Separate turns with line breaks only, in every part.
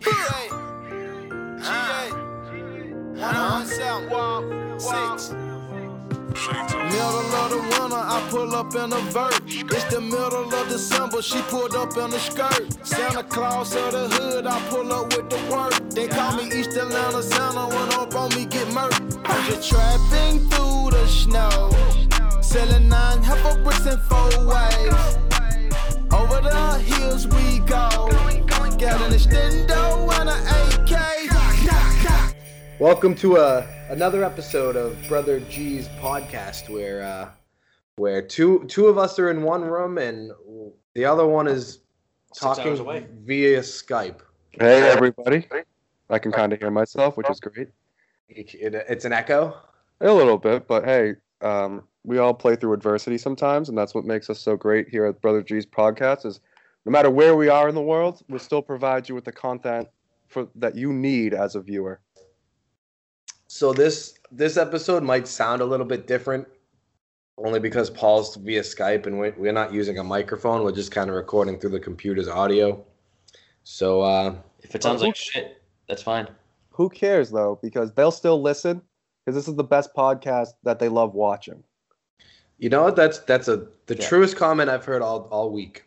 GA. GA. 117. Six. Middle of the winter, I pull up in a vert. It's the middle of December, she pulled up in a skirt. Santa Claus of the hood, I pull up with the work. They call me East Atlanta Santa when up on me get murked. I'm just trapping through the snow, selling nine heifer bricks in four ways. Over the hills we go. Got an extendo and an AK.
Welcome to uh, another episode of Brother G's podcast, where uh, where two two of us are in one room and the other one is talking
hours away.
via Skype.
Hey everybody. I can kind of hear myself, which is great.
It- it- it's an echo.
A little bit, but hey, um, we all play through adversity sometimes, and that's what makes us so great here at Brother G's podcast is no matter where we are in the world, we'll still provide you with the content for that you need as a viewer.
So this this episode might sound a little bit different, only because Paul's via Skype and we're, we're not using a microphone. We're just kind of recording through the computer's audio. So uh,
If it sounds like shit, that's fine.
Who cares though? Because they'll still listen because this is the best podcast that they love watching.
you know what? That's that's a the
Yeah.
truest comment I've heard all all week.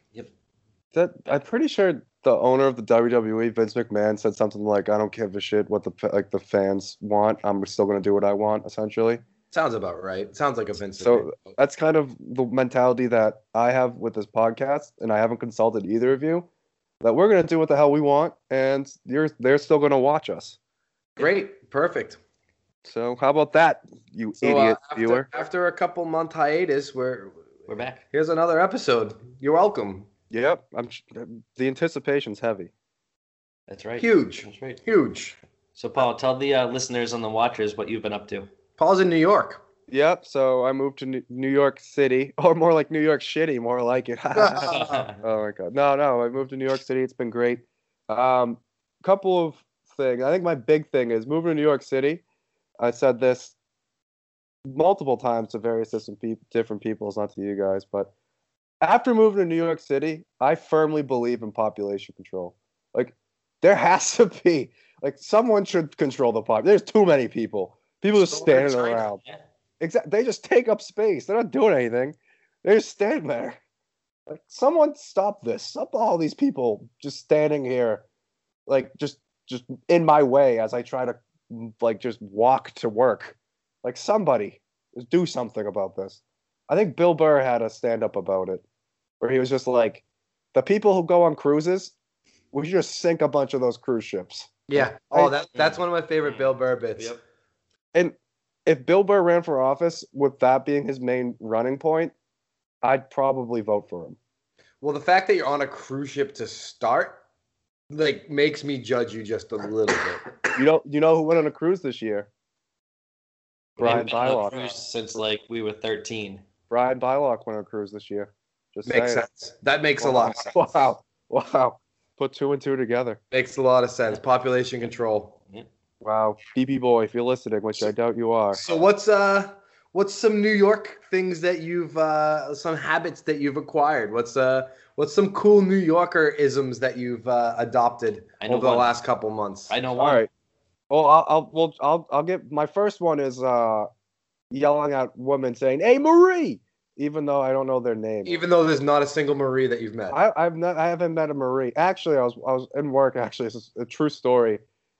That I'm pretty sure the owner of the WWE, Vince McMahon, said something like, "I don't give a shit what the like the fans want. I'm still going to do what I want." Essentially,
Sounds about right. Sounds like a Oh, Vince.
So-
McMahon.
that's kind of the mentality that I have with this podcast, and I haven't consulted either of you. That we're gonna do what the hell we want, and you're they're still gonna watch us.
great, perfect.
So how about that, you
So, uh,
idiot
after,
viewer?
After a couple month hiatus, we're
We're back.
here's another episode. You're welcome.
Yep, I'm. sh- The anticipation's heavy.
That's right.
Huge.
That's right.
Huge.
So, Paul, tell the uh, listeners and the watchers what you've been up to.
Paul's in New York.
Yep. So I moved to New- New York City, or more like New York Shitty, more like it. Oh my god. No, no. I moved to New York City. It's been great. Um, couple of things. I think my big thing is moving to New York City. I said this multiple times to various different, peop different people. It's not to you guys, but after moving to New York City, I firmly believe in population control. Like, there has to be like someone should control the pop. There's too many people. People just
So we're
standing
China.
around.
Yeah.
Exactly. They just take up space. They're not doing anything. They just stand there. Like someone stop this. Stop all these people just standing here, like just just in my way as I try to like just walk to work. Like somebody just do something about this. I think Bill Burr had a stand up about it where he was just like, the people who go on cruises, we should just sink a bunch of those cruise ships.
Yeah. Oh, that that's one of my favorite Bill Burr bits.
Yep.
And if Bill Burr ran for office with that being his main running point, I'd probably vote for him.
Well, the fact that you're on a cruise ship to start, like, makes me judge you just a little bit.
You know, you know who went on a cruise this year?
We haven't
Brian
been on a
Bylock.
cruise Since like we were 13.
Brian Bylock went on a cruise this year. Just
Makes
saying.
sense. That makes a lot of sense.
Wow, wow. Put two and two together.
Makes a lot of sense. Population control.
Wow, BB boy, if you're listening, which I doubt you are.
So what's uh what's some New York things that you've uh some habits that you've acquired? What's uh what's some cool New Yorker isms that you've uh, adopted
I know
over the
one.
last couple months?
I know
All
one.
right. Well, I'll, I'll well, I'll, I'll get my first one is uh, yelling at women saying, "Hey, Marie," even though I don't know their name.
Even though there's not a single Marie that you've met.
I, I've not, I haven't met a Marie. Actually, I was I was in work. Actually, this is a true story,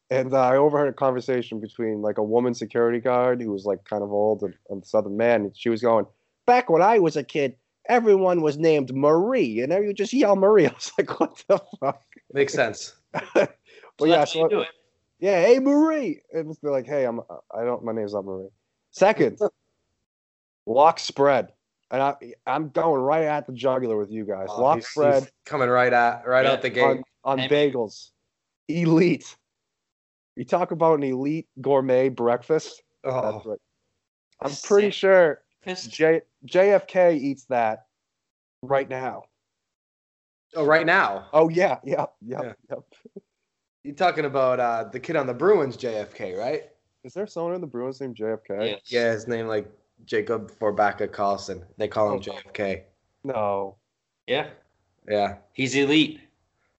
and uh, I overheard a conversation between like a woman security guard who was like kind of old and, and southern man, and she was going, "Back when I was a kid, everyone was named Marie, and you just yell Marie." I was like, "What the fuck?"
Makes sense.
Well,
So
yeah,
that's how
so,
you do it.
yeah, hey Marie, and they're like, "Hey, I'm I don't my name's not Marie." Second, lock spread, and I I'm going right at the jugular with you guys.
Oh,
lock
he's- he's
spread.
coming right at right out the gate.
on, on
Hey, man.
bagels. Elite. You talk about an elite gourmet breakfast.
Oh,
That's right. I'm pretty sure
Fist.
J- JFK eats that right now.
oh, right now.
Oh yeah, yeah, yeah,
Yeah.
yep.
You're talking about uh, the kid on the Bruins, JFK, right?
Is there someone in the Bruins named JFK?
Yes.
Yeah, his name like Jacob Forbaka Carlson.
Oh.
They call him JFK.
No.
Yeah.
Yeah,
He's elite.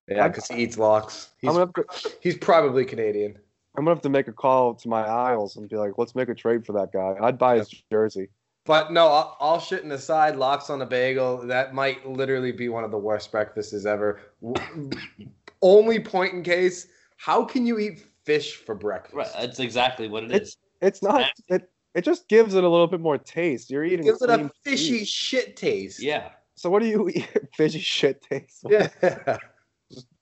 Yeah, because he eats locks. He's,
I'm gonna have to,
he's probably Canadian.
I'm gonna have to make a call to my Isles and be like, let's make a trade for that guy. I'd buy his jersey.
But no, all- all shitting aside, locks on a bagel, that might literally be one of the worst breakfasts ever. W- Only point in case, how can you eat fish for breakfast?
Right, uh, that's exactly what it
It's-
is.
It's not. It, it just gives it a little bit more taste. You're
It
eating.
gives it a
clean
fishy
meat.
shit taste.
Yeah,
So what do you eat? Fishy shit taste.
Yeah.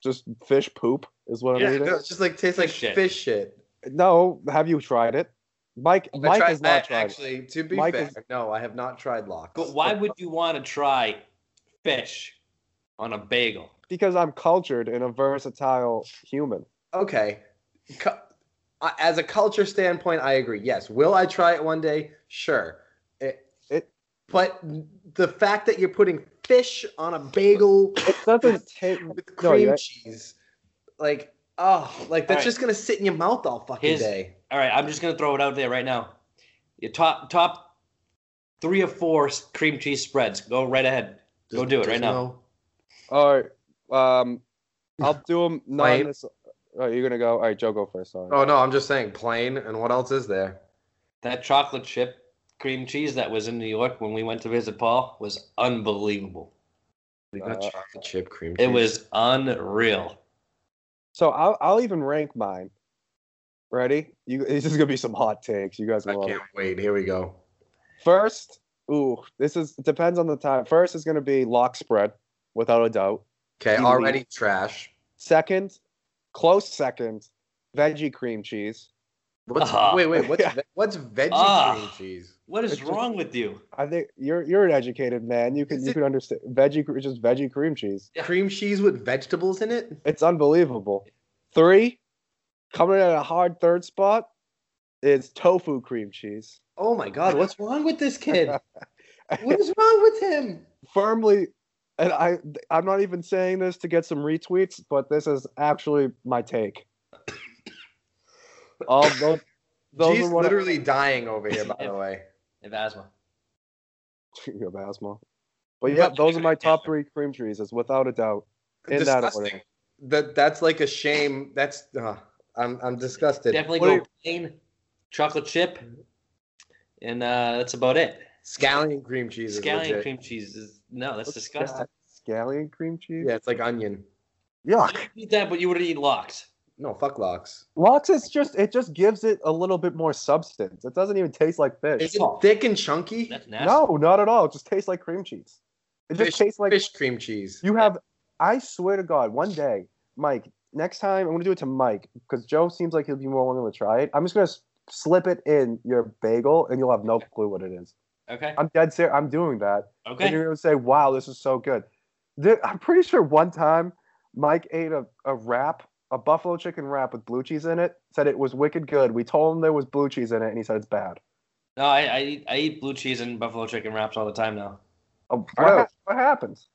Just fish poop is what
Yeah,
I'm eating.
No, it just like tastes like
Fish shit.
fish shit.
No, have you tried it? Mike
I
Mike
tried
has
that,
not tried it.
actually. To be
Mike
fair,
has-
no, I have not tried locks.
but why would you want to try fish on a bagel?
because I'm cultured and a versatile human.
okay. Cu- I- As a culture standpoint, I agree. Yes. Will I try it one day? Sure. It,
It-
but the fact that you're putting fish on a bagel
It doesn't take
with
No,
cream
yeah.
cheese, like, oh, like that's
All right.
just gonna sit in your mouth all fucking
His-
day.
All right, I'm just gonna throw it out there right now. Your top top three or four s- cream cheese spreads. Go right ahead. Go do it right now.
all right. Um I'll do them not
Wait.
in this Oh, you're gonna go all right, Joe go first, sorry.
Oh no, I'm just saying plain. And what else is there?
That chocolate chip cream cheese that was in New York when we went to visit Paul was unbelievable.
We got
Uh,
chocolate chip cream.
It
cheese.
was unreal.
So I'll I'll even rank mine. Ready? You this is gonna be some hot takes. You guys
I
will love it.
can't wait. Here we go.
First, ooh, this is it depends on the time. First is gonna be lock spread, without a doubt.
Okay,
You
already trash.
Second, close second, veggie cream cheese.
What's,
Ah.
Wait, wait. What's ve- what's veggie
Ah.
cream cheese?
What is
It's just-
wrong with you?
I think you're you're an educated man. You can
Is
you
it-
can understand veggie cre- just veggie cream cheese.
Yeah.
Cream cheese with vegetables in it?
It's unbelievable. Three, coming in at a hard third spot is tofu cream cheese.
Oh my god, what's wrong with this kid? what is wrong with him?
Firmly, and I I'm not even saying this to get some retweets, but this is actually my take. All those, those
He's
are one of-
literally dying over here, by the way.
I have asthma.
you have asthma. But yeah, those are my top three cream cheeses, without a doubt. In that
Disgusting.
order.
That that's like a shame. That's uh, I'm I'm disgusted.
Definitely
What
go
do you-
plain chocolate chip, and uh, that's about it.
Scallion cream cheese is
Scallion
legit.
cream cheese is no, that's
What's
disgusting.
Scallion cream cheese.
Yeah, it's like onion.
Yuck.
You eat that, but you wouldn't eat lox.
No, fuck locks.
Lox is just it just gives it a little bit more substance. It doesn't even taste like fish.
Is it thick and chunky?
That's nasty.
No, not at all. It just tastes like cream cheese. It just
Fish-
tastes like
Fish cream cheese.
you have I swear to God, one day, Mike, next time I'm gonna do it to Mike, because Joe seems like he'll be more willing to try it. I'm just gonna s- slip it in your bagel and you'll have no clue what it is.
Okay.
I'm dead serious. I'm doing that. And
Okay.
you're gonna say, "Wow, this is so good." There- I'm pretty sure one time Mike ate a, a wrap, a buffalo chicken wrap with blue cheese in it. Said it was wicked good. We told him there was blue cheese in it, and he said it's bad.
No, I, I eat I eat blue cheese and buffalo chicken wraps all the time now.
Oh, what,
Wow.
hap- what happens?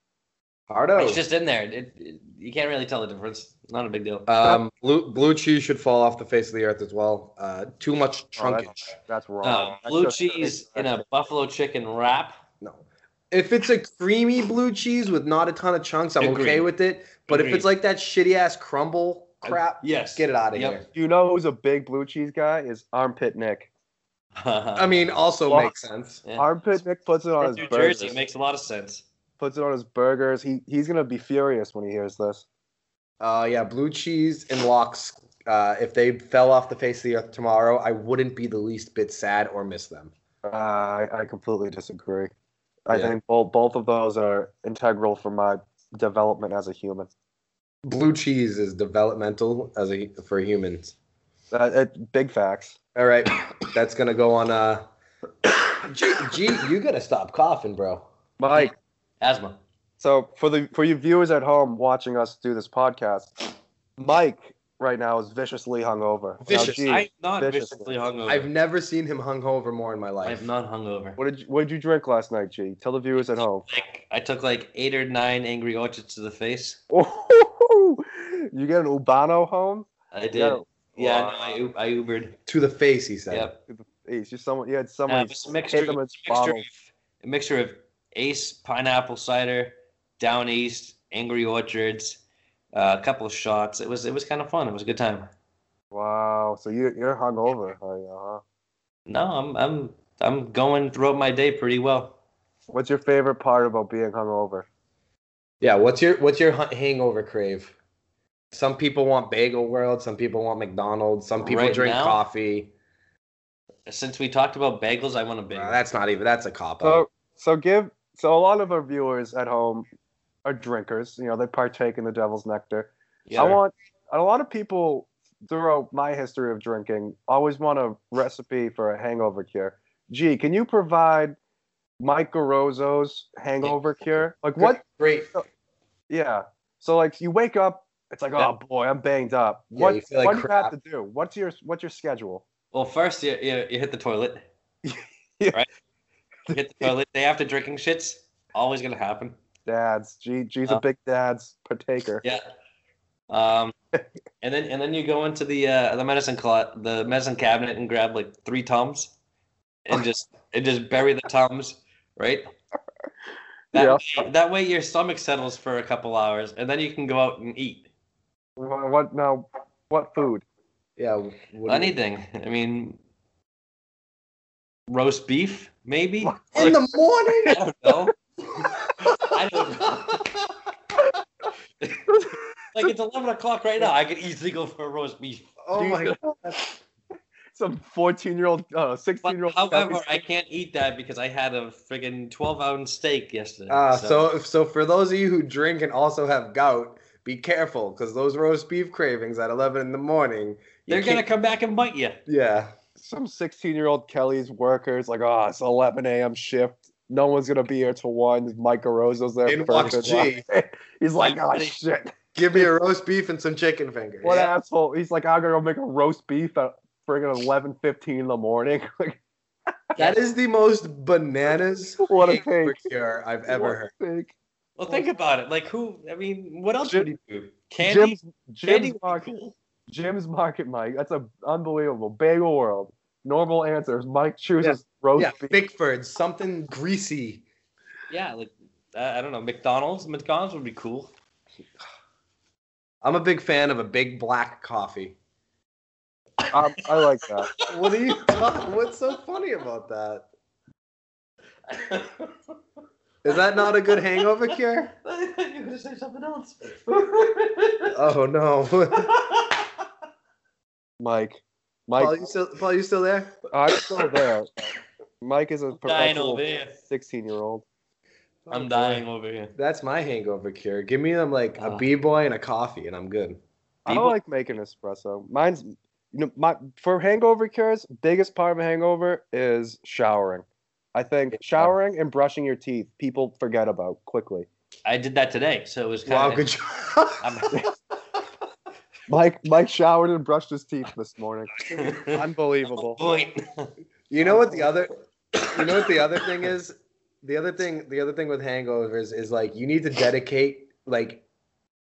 Hardo.
It's just in there. It, it- you can't really tell the difference. Not a big deal.
um, blue blue cheese should fall off the face of the earth as well. Uh, too much
Oh, that's-
trunkage.
That's wrong.
No,
That's
Uh, blue
just-
cheese in a buffalo chicken wrap.
No. If it's a creamy blue cheese with not a ton of chunks, I'm okay
Agreed.
with it. But if
Agreed.
it's like that shitty ass crumble crap,
Yes.
get it out of
Yep.
here.
You know who's a big blue cheese guy is Armpit Nick.
I mean, also
Well,
makes sense.
Yeah.
Armpit Nick puts it on
From
his
New
burgers.
Jersey makes a lot of sense.
puts it on his burgers. He he's gonna be furious when he hears this.
Uh, yeah, blue cheese and locks. Uh, if they fell off the face of the earth tomorrow, I wouldn't be the least bit sad or miss them.
Uh, I, I completely disagree. I
Yeah.
think both both of those are integral for my development as a human.
Blue cheese is developmental as a for humans.
Uh, it, big facts.
All right, that's gonna go on. Uh, G, G, you gotta stop coughing, bro.
Mike,
Asthma.
so for the for you viewers at home watching us do this podcast, Mike right now is viciously hungover. Now,
Vicious.
gee,
I'm not
viciously.
viciously hungover.
I've never seen him hungover more in my life.
I'm not hungover.
what did you, what did you drink last night, G? Tell the viewers at home.
Like I took like eight or nine angry orchards to the face.
you get an Ubano home?
I did.
Yeah.
Yeah,
Wow.
no, I, U- I Ubered.
To the face, he said.
Yep.
Jeez, you someone you had
Uh,
someone
it was a
hit
mixture,
them with
a mixture,
bottles.
of, a mixture of Ace pineapple cider, Down East, Angry Orchards, uh, a couple of shots. It was it was kind of fun. It was a good time.
Wow. So you you're hungover right now, huh?
No, I'm I'm I'm going throughout my day pretty well.
What's your favorite part about being hungover?
Yeah, what's your what's your hun- hangover crave? Some people want Bagel World, some people want McDonald's, some people
Right
drink
now?
coffee.
Since we talked about bagels, I want a bagel.
Uh, that's not even that's a cop out.
So so give so a lot of our viewers at home are drinkers. You know, they partake in the devil's nectar.
yeah.
I want a lot of people throughout my history of drinking always want a recipe for a hangover cure. Gee, can you provide Mike Garozzo's hangover cure? Like what?
Great.
Yeah. So like you wake up, it's like
Yeah.
oh boy, I'm banged up.
Yeah,
what
you feel like
what do you have
crap.
to do? What's your what's your schedule?
Well, first you, you, you hit the toilet.
Yeah.
Right? You hit the toilet day after drinking shits. Always gonna happen.
Dads, G G's a
Uh,
big dad's partaker.
Yeah. Um, and then and then you go into the uh, the medicine clot, the medicine cabinet, and grab like three tums, and just and just bury the tums, right? That, way, that way your stomach settles for a couple hours, and then you can go out and eat
What, what now? What food?
Yeah. what do you-
anything. I mean, roast beef maybe.
in the morning.
I don't know. I don't know. like it's eleven o'clock right now. I could easily go for a roast beef.
Oh my god.
Some fourteen-year-old, uh,
But
sixteen-year-old.
however, I can't eat that because I had a friggin' twelve ounce steak yesterday.
Uh, so so for those of you who drink and also have gout, be careful because those roast beef cravings at eleven in the morning. you
they're gonna
can't-
come back and bite you.
Yeah.
some 16 year old Kelly's workers, like, oh, it's 11 a.m. shift. No one's going to be here till one. Mike Garozo's there
In
first.
walks G.
He's like, oh,
They-
shit.
Give me a roast beef and some chicken fingers.
What asshole. He's like, I'm going to make a roast beef at friggin' 11 in the morning. Like,
That is the most bananas
What a
hangover
take.
cure I've ever heard.
Think.
Well,
Oh.
think about it. Like who? I mean, what else would you do? Candy,
Jim's,
candy,
Jim's,
would be
market,
cool.
Jim's Market Mike. That's a unbelievable. Bagel World. Normal answers. Mike chooses roast
Yeah,
beef.
Bickford, something greasy.
Yeah, like uh, I don't know. McDonald's, McDonald's would be cool.
I'm a big fan of a big black coffee.
Um, I like that.
What are you talking? What's so funny about that? Is that not a good hangover cure?
I thought you were gonna say something else.
Oh no.
Mike. Mike,
Paul, you still Paul, you still there?
I'm still there. Mike is a
dying
professional
over here.
16 year old.
I'm dying over here.
That's my hangover cure. Give me them like a
Ah.
b boy and a coffee, and I'm good.
I
People-
don't like making espresso. Mine's you know my for hangover cures. Biggest part of a hangover is showering. I think showering and brushing your teeth people forget about quickly.
I did that today, so it was kind
Wow,
of.
good job.
Mike Mike showered and brushed his teeth this morning. Unbelievable.
Point.
you know what the other, you know what the other thing is. The other thing, the other thing with hangovers is like you need to dedicate like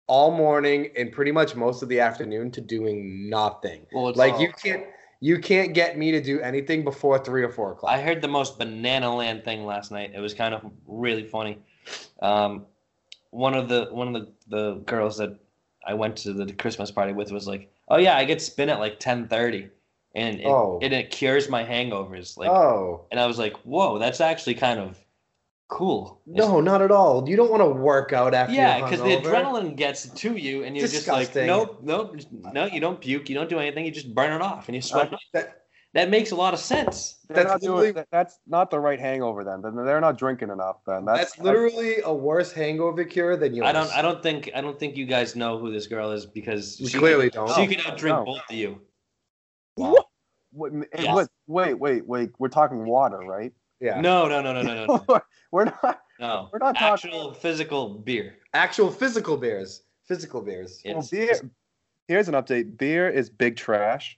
all morning and pretty much most of the afternoon to doing nothing.
Well, it's
Like
all-
you can't, you can't get me to do anything before three or four o'clock.
I heard the most banana land thing last night. It was kind of really funny. Um, one of the one of the, the girls that I went to the Christmas party with was like, "Oh yeah, I get spin at like 10:30, and it,
Oh.
and it cures my hangovers." Like,
oh
and I was like, "Whoa, that's actually kind of cool." It's-
no, not at all. You don't want to work out after.
yeah,
you're
because the
hungover.
adrenaline gets to you, and you're just like,
Disgusting.
"Nope, nope, no, you don't puke, you don't do anything, you just burn it off, and you sweat." it off."
Uh, that-
that makes a lot of sense.
They're
That's
not doing-
literally-
that's not the right hangover then. Then they're not drinking enough then. That's,
That's, literally a worse hangover cure than yours.
I don't. I don't think. I don't think you guys know who this girl is because
We
she
clearly
could,
don't.
She could outdrink
No.
both of you.
Wait,
Yes.
wait, wait, wait, wait. We're talking water, right?
yeah.
No, no, no, no, no, no,
we're not
no.
we're not talking
Actual physical beer.
Actual physical beers. Physical beers.
Well,
It's
beer.
just-
Here's an update. Beer is big trash.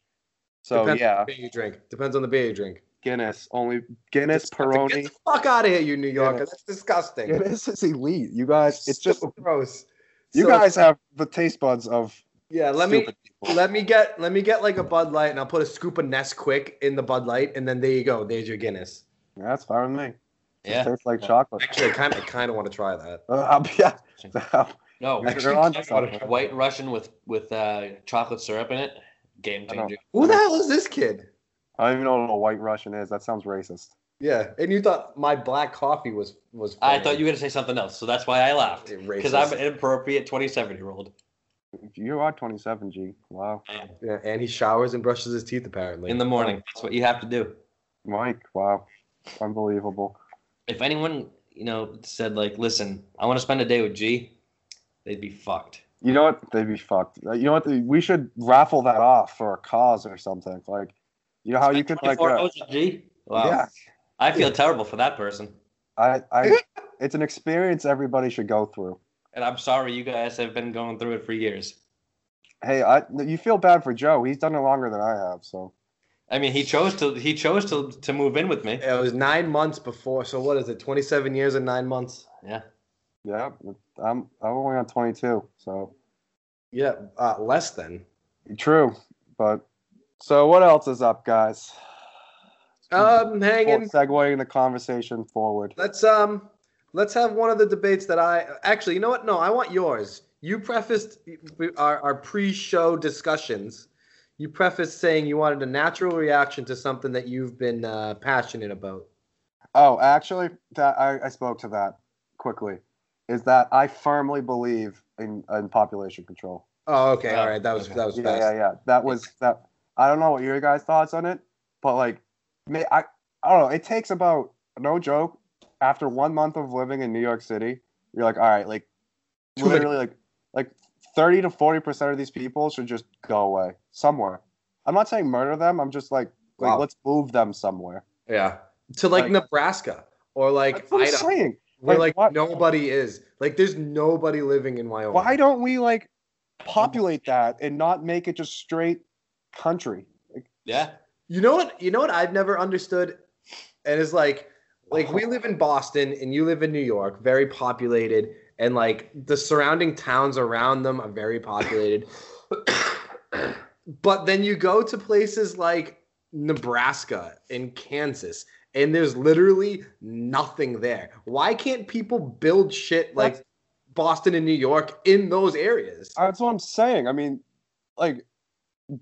So
Depends on
yeah,
the beer you drink. Depends on the beer you drink.
Guinness only Guinness
Get the
Peroni.
fuck out of here, you New Yorkers.
Guinness.
That's disgusting.
Guinness is elite. You guys, it's just
so gross.
you
So-
guys have the taste buds of
Yeah, let me
stupid people.
let me get let me get like a Bud Light, and I'll put a scoop of Nesquik in the Bud Light, and then there you go. There's your Guinness.
That's fine with me. It
yeah.
tastes like chocolate.
Actually, I kind of kind of want to try that.
Uh, I'll be- yeah.
No,
You're onto
white,
something.
white Russian with with uh, chocolate syrup in it. Game
I know.
changer.
Who the hell is this kid?
I don't even know what a white Russian is. That sounds racist.
Yeah, and you thought my black coffee was was.
I, thought you were gonna say something else, so that's why I laughed. Because
because
I'm an inappropriate 27 year old.
You are 27, G. Wow,
Yeah, and he showers and brushes his teeth apparently.
In the morning, that's what you have to do.
Mike. Wow, unbelievable.
If anyone, you know, said like, "Listen, I want to spend a day with G," they'd be fucked.
You know what? They'd be fucked. Uh, You know what? We should raffle that off for a cause or something. Like, you know how you could like,
24
uh,
hours with G. Wow.
yeah.
I feel terrible for that person,
I, I, it's an experience everybody should go through.
and I'm sorry you guys have been going through it for years.
Hey, I, you feel bad for Joe. He's done it longer than I have. So
I mean, he chose to he chose to to move in with me.
It was nine months before. So what is it? Twenty-seven years and nine months.
yeah, I'm, I'm only on 22. So
Yeah, uh, less than.
true, but so what else is up, guys?
Um, hanging.
Segueing the conversation forward.
Let's um, let's have one of the debates that I actually. You know what? No, I want yours. You prefaced our, our pre-show discussions. You prefaced saying you wanted a natural reaction to something that you've been uh, passionate about.
Oh, actually, that I, I spoke to that quickly. Is that I firmly believe in, in population control.
Oh, okay,
Oh,
all right. That was
okay.
that was
Yeah,
fast.
yeah, yeah. That was that. I don't know what your guys' thoughts on it, but like, may, I, I don't know. It takes about no joke. After one month of living in New York City, you're like, all right, like,
Too many-
literally, like, like thirty to forty percent of these people should just go away somewhere. I'm not saying murder them. I'm just like, like,
Wow.
let's move them somewhere.
Yeah. To like,
Like-
Nebraska or like
That's what I'm
Idaho,
saying.
where like
Like, what-
nobody is. Like there's nobody living in Wyoming.
Why don't we like populate that and not make it just straight country?
Yeah.
You know what? You know what I've never understood, and it's like, like we live in Boston and you live in New York, very populated, and like the surrounding towns around them are very populated. but then you go to places like Nebraska and Kansas, and there's literally nothing there. Why can't people build shit like
That's-
Boston and New York in those areas?
That's what I'm saying. I mean, like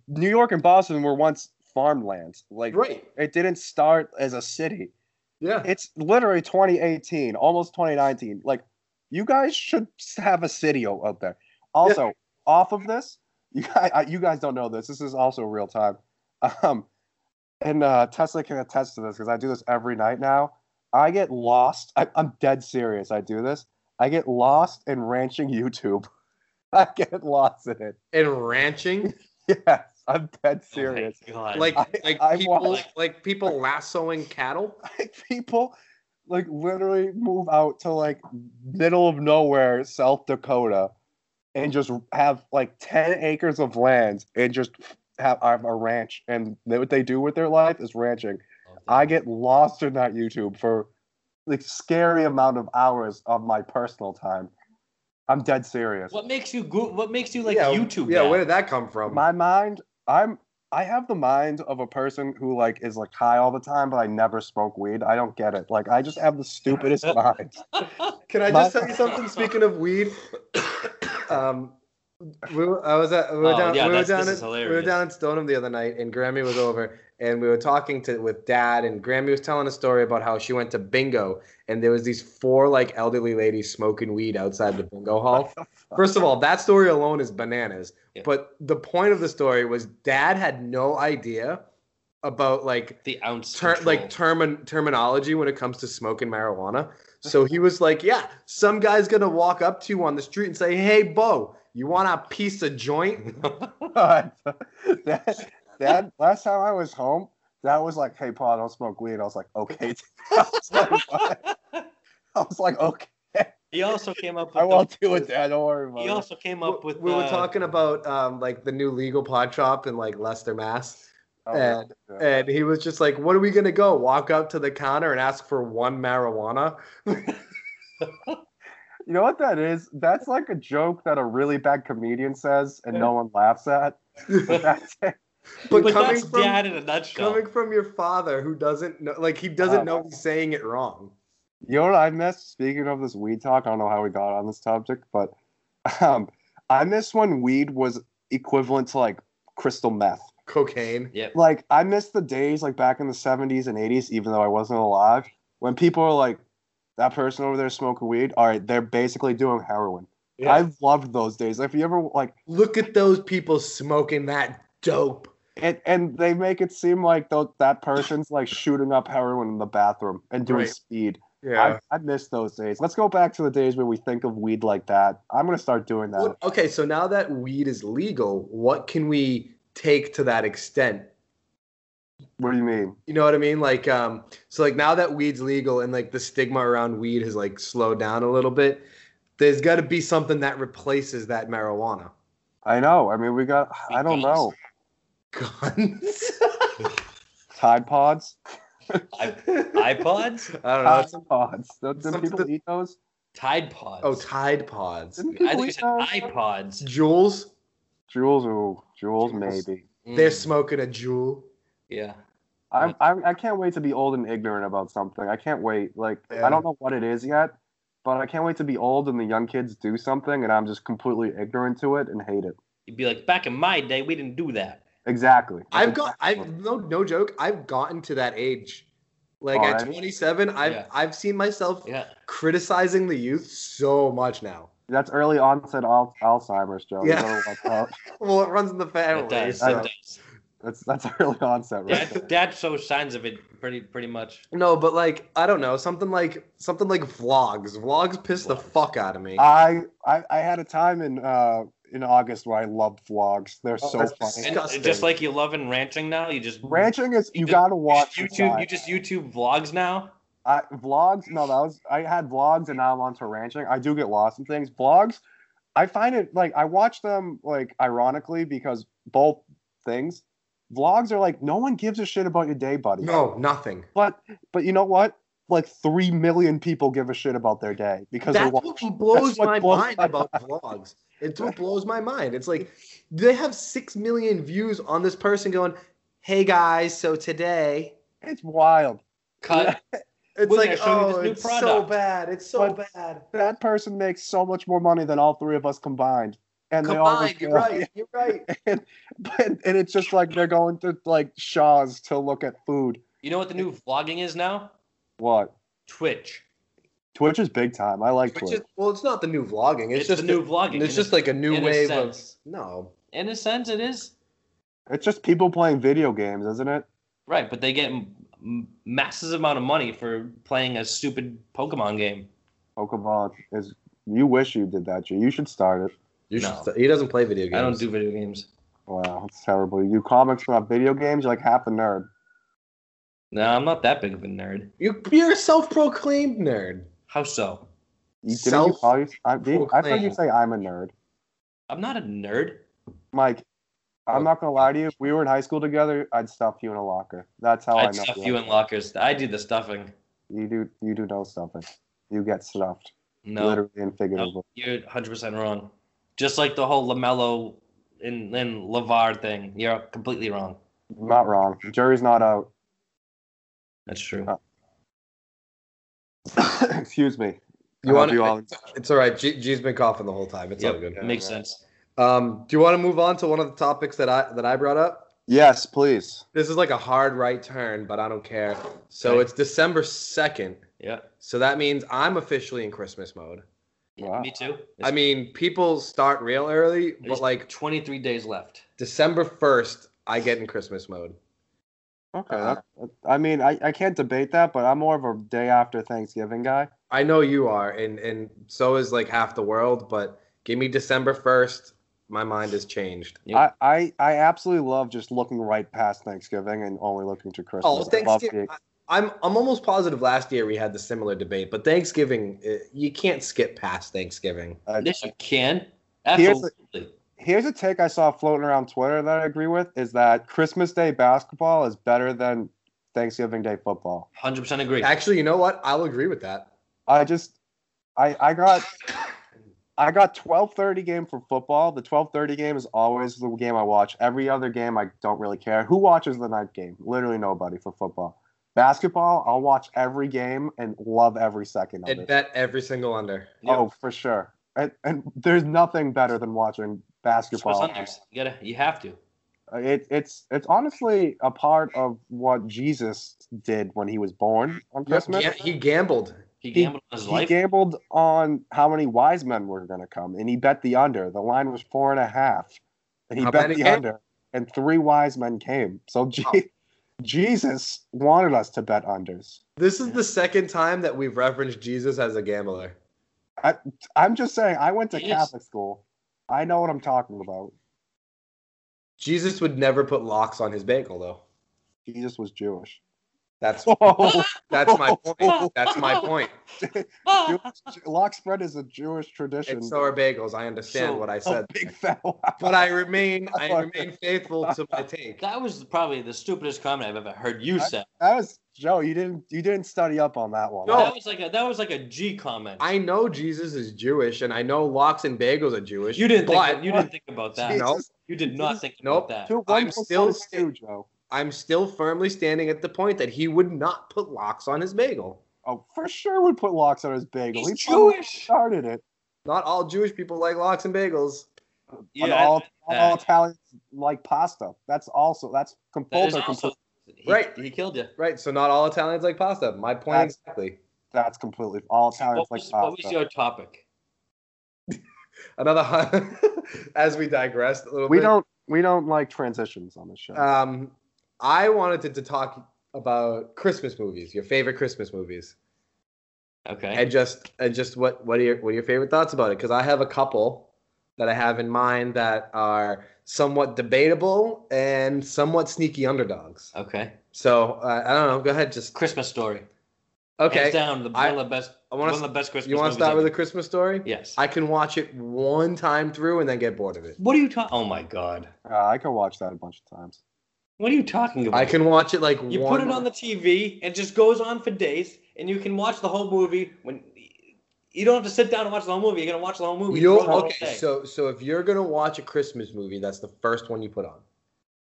New York and Boston were once farmlands. Like
Right.
it didn't start as a city.
Yeah.
It's literally 2018, almost 2019. Like you guys should have a city o- out there. Also, off of this, you guys, I- you guys don't know this. This is also real time. Um, and uh, Tesla can attest to this because I do this every night now. I get lost. I, I'm dead serious. I do this. I get lost in ranching YouTube. I get lost in it.
And ranching.
Yes, I'm dead serious.
Oh my God.
like
I-
like
I
people
watched-
like people lassoing cattle.
Like people, like literally move out to like middle of nowhere, South Dakota, and just have like ten acres of land and just have, have a ranch. And they, what they do with their life is ranching. I get lost in that YouTube for like scary amount of hours of my personal time. I'm dead serious.
What makes you go- What makes you like
yeah,
YouTube?
Yeah,
now?
where did that come from?
my mind i'm i have the mind of a person who like is like high all the time but i never smoke weed i don't get it like i just have the stupidest mind
Can I
my-
just tell you something? Speaking of weed, um, we were, I was at, we were
Oh,
down,
yeah,
we were
that's-
down,
this is
in, we were
hilarious.
down in Stoneham the other night, and Grammy was over, and we were talking to with Dad, and Grammy was telling a story about how she went to bingo, and there was these four like elderly ladies smoking weed outside the bingo hall. First of all, that story alone is bananas.
Yeah.
But the point of the story was Dad had no idea about like
the ounce.
ter- like
control.
termin- terminology when it comes to smoking marijuana. So he was like, "Yeah, some guy's gonna walk up to you on the street and say, "Hey, Bo, you want a piece of joint?"
that, that last time i was home that was like hey paul I don't smoke weed i was like okay I was like, what? I was like, okay
he also came up. With
i
the,
won't do it dad don't worry about
He
it
also came up with.
we were
uh,
talking about um, like the new legal pot shop in like Leicester, Mass,
Oh, yeah, yeah.
and he was just like, "What are we gonna go? Walk up to the counter and ask for one marijuana?"
you know what that is that's like a joke that a really bad comedian says and no one laughs at that's it
But,
But
coming
that's
from
dad in a nutshell.
coming from your father, who doesn't know, like he doesn't
Uh,
Oh.
know he's saying it wrong.
You know what I missed? Speaking of this weed talk, I don't know how we got on this topic, but Um, on this one, weed was equivalent to like crystal meth.
Cocaine.
Yep.
Like I miss the days like back in the '70s and '80s, even though I wasn't alive, when people are like, "That person over there smoking weed." All right, they're basically doing heroin. I loved those days. If you ever like,
Look at those people smoking that dope.
and and they make it seem like tho- that person's like shooting up heroin in the bathroom and doing
Right.
speed. I, I miss those days. Let's go back to the days where we think of weed like that. I'm gonna start doing that.
What- okay, so now that weed is legal, what can we take to that extent?
What do you mean?
You know what I mean? Like, um, so like now that weed's legal and like the stigma around weed has like slowed down a little bit, there's got to be something that replaces that marijuana.
I know. I mean, we got. I don't know.
Guns.
Tide pods.
I, iPods,
I don't know.
Tide
Uh, that's-
pods. Don't- Didn't
something
people
that-
eat those?
Tide Pods.
Oh, Tide Pods.
Didn't people
I think
eat
it's
those?
iPods.
Jules.
Jules. Ooh, Jules.
Juuls.
Maybe.
They're
Mm,
smoking a jewel.
yeah.
I, I I can't wait to be old and ignorant about something. I can't wait. Like
Yeah.
I don't know what it is yet, but I can't wait to be old and the young kids do something and I'm just completely ignorant to it and hate it.
You'd be like, back in my day, we didn't do that.
Exactly.
I've got I've no no joke. I've gotten to that age. Like at
Alright.
27, I've
Yeah.
I've seen myself
Yeah.
criticizing the youth so much now.
That's early onset al- Alzheimer's, Joe. You
Yeah.
gotta watch out.
Well, it runs in the
It
family.
does.
So.
It does.
That's that's early onset, right?
Dad, Dad shows signs of it pretty pretty much.
No, but like I don't know something like something like vlogs. Vlogs piss the
Vlogs. Ah.
fuck out of me.
I, I I had a time in uh in August where I loved vlogs. They're
Oh,
so
that's
funny.
And
Disgusting.
just like you loving ranching now, you just
Ranching is
You
you
just-
gotta
you just
watch the
YouTube.
time.
You just YouTube vlogs now.
I, vlogs, no, that was I had vlogs and now I'm on to ranching. I do get lost in things. Vlogs, I find it like I watch them like ironically because both things. Vlogs are like no one gives a shit about your day, buddy.
no, nothing.
But but you know what? Like three million people give a shit about their day because they
That's
watch.
what blows
that's what
my
blows
mind
my
about vlogs. It's what blows my mind. It's like they have six million views on this person going, "Hey guys, so today."
It's wild.
Cut.
It's
We're
like,
gonna show you
oh,
this new
it's so
product."
bad. It's so
But-
bad.
That person makes so much more money than all three of us combined, and they all
Combined,
look
you're
alike.
right. You're right.
and, and and it's just like they're going to like Shaw's to look at food.
You know what the new vlogging is now?
What?
Twitch.
Twitch is big time. I like
Which
Twitch.
is, well, it's not the new vlogging. It's,
It's,
just
the new
a-
vlogging.
It's
in
just
a-
like a new
in a
wave of
sense.
no.
in a sense, it is
It's just people playing video games, isn't it?
right, but they get m- m- masses amount of money for playing a stupid Pokemon game.
Pokemon is. You wish you did that, G. You should start it.
You
No.
should- he doesn't play video games.
I don't do video games.
Wow, it's terrible. You comics about video games, you're like half a nerd.
No, I'm not that big of a nerd.
You, you're a self-proclaimed nerd.
How so?
You didn't you
Self-
call you, I, you- I've heard you
proclaimed.
say I'm a nerd.
I'm not a nerd.
Mike, I'm not gonna lie to you. If we were in high school together, I'd stuff you in a locker. That's
Oh,
how i
I'd
know.
stuff you in lockers. I do the stuffing.
You do. You do know stuffing. You get stuffed,
No,
literally and figuratively.
no you're 100 percent wrong. Just like the whole Lamelo and, and Lavar thing, you're completely wrong.
Not wrong. Jury's not out.
That's true.
Uh, Excuse me.
You want
you
to?
all.
It's all right. G, G's been coughing the whole time. It's
Yep,
all good.
makes sense.
Um, do you want to move on to one of the topics that I that I brought up?
Yes, please.
This is like a hard right turn, but I don't care. So
Okay.
it's December second.
Yeah,
So that means I'm officially in Christmas mode.
Wow.
me too.
I mean, people start real early, but
It's
like
23 days left.
December first, I get in Christmas mode.
Okay.
Uh,
that- I mean, I, I can't debate that, but I'm more of a day after Thanksgiving guy.
I know you are, and and so is like half the world. But give me December first, my mind has changed.
Yep.
I, I, I absolutely love just looking right past Thanksgiving and only looking to Christmas.
Oh,
I love
Thanksgiving.
the-
I'm I'm almost positive last year we had the similar debate, but Thanksgiving, eh, you can't skip past Thanksgiving.
I-
Yes, you can.
Here's
Absolutely.
Here's a take I saw floating around Twitter that I agree with is that Christmas Day basketball is better than Thanksgiving Day football.
100% agree.
Actually, you know what? I'll agree with that.
I just I I got I got 12:30 game for football. The 12:30 game is always the game I watch. Every other game I don't really care. Who watches the night game? Literally nobody for football. Basketball, I'll watch every game and love every second of
And
it.
bet every single under.
Oh, for sure. and, and there's nothing better than watching basketball.
Sundays. You gotta, you have to.
Uh, It, it's it's honestly a part of what Jesus did when he was born on Christmas.
Yeah, he gambled.
He gambled on his
He
life.
gambled on how many wise men were going to come, and he bet the under. The line was four and a half, and he
How
bet
many
the
came?
under, and three wise men came. So Je- Jesus wanted us to bet unders.
This is the second time that we've referenced Jesus as a gambler.
I'm just saying, I went to
Yes.
Catholic school. I know what I'm talking about.
Jesus would never put locks on his bagel, though.
Jesus was Jewish.
That's
Oh,
that's my point. That's my point.
lock spread is a Jewish tradition.
And so are bagels. I understand
So-
what I
oh,
said,
big fat wow.
but I remain I remain faithful to my take.
that was probably the stupidest comment I've ever heard you say.
That was Joe. You didn't you didn't study up on that one.
No.
That was like a that was like a G comment.
I know Jesus is Jewish, and I know locks and bagels are Jewish.
you didn't
but
think you didn't think about that.
Jesus,
No.
You did not think
Nope.
about that.
two-
I'm
one plus
still
one is
sti-
two, Joe.
I'm still firmly standing at the point that he would not put locks on his bagel.
Oh, for sure would put locks on his bagel.
He's
probably
Jewish.
Started it.
Not all Jewish people like locks and bagels.
And
Yeah,
all,
that.
all Italians like pasta. That's also that's com-
that
both
is
are
also,
compl-
he,
Right.
He killed you.
Right, so not all Italians like pasta. My point
That's-
exactly.
that's completely all Italians
What
like
was, what was
pasta.
your topic?
Another hu- as we digress a little
we
bit.
don't we don't like transitions on this show.
Um, I wanted to, to talk about Christmas movies, your favorite Christmas movies,
Okay.
and just and just what what are your what are your favorite thoughts about it? Because I have a couple that I have in mind that are somewhat debatable and somewhat sneaky underdogs.
okay.
So uh, I don't know. Go ahead, just
Christmas story. Hands
okay.
down, the,
I-
one of the best.
I wanna
uh, one of the best Christmas.
You want to start with
movies
a Christmas story?
ever. yes.
I can watch it one time through and then get bored of it.
what are you talking? Oh my god.
Uh, I could watch that a bunch of times.
What are you talking about?
I can watch it like
You
one.
put it on the TV, it just goes on for days, and you can watch the whole movie. When you don't have to sit down and watch the whole movie, you're gonna watch the whole movie.
You'll-
throughout the whole
okay,
day.
so so if you're gonna watch a Christmas movie, that's the first one you put on.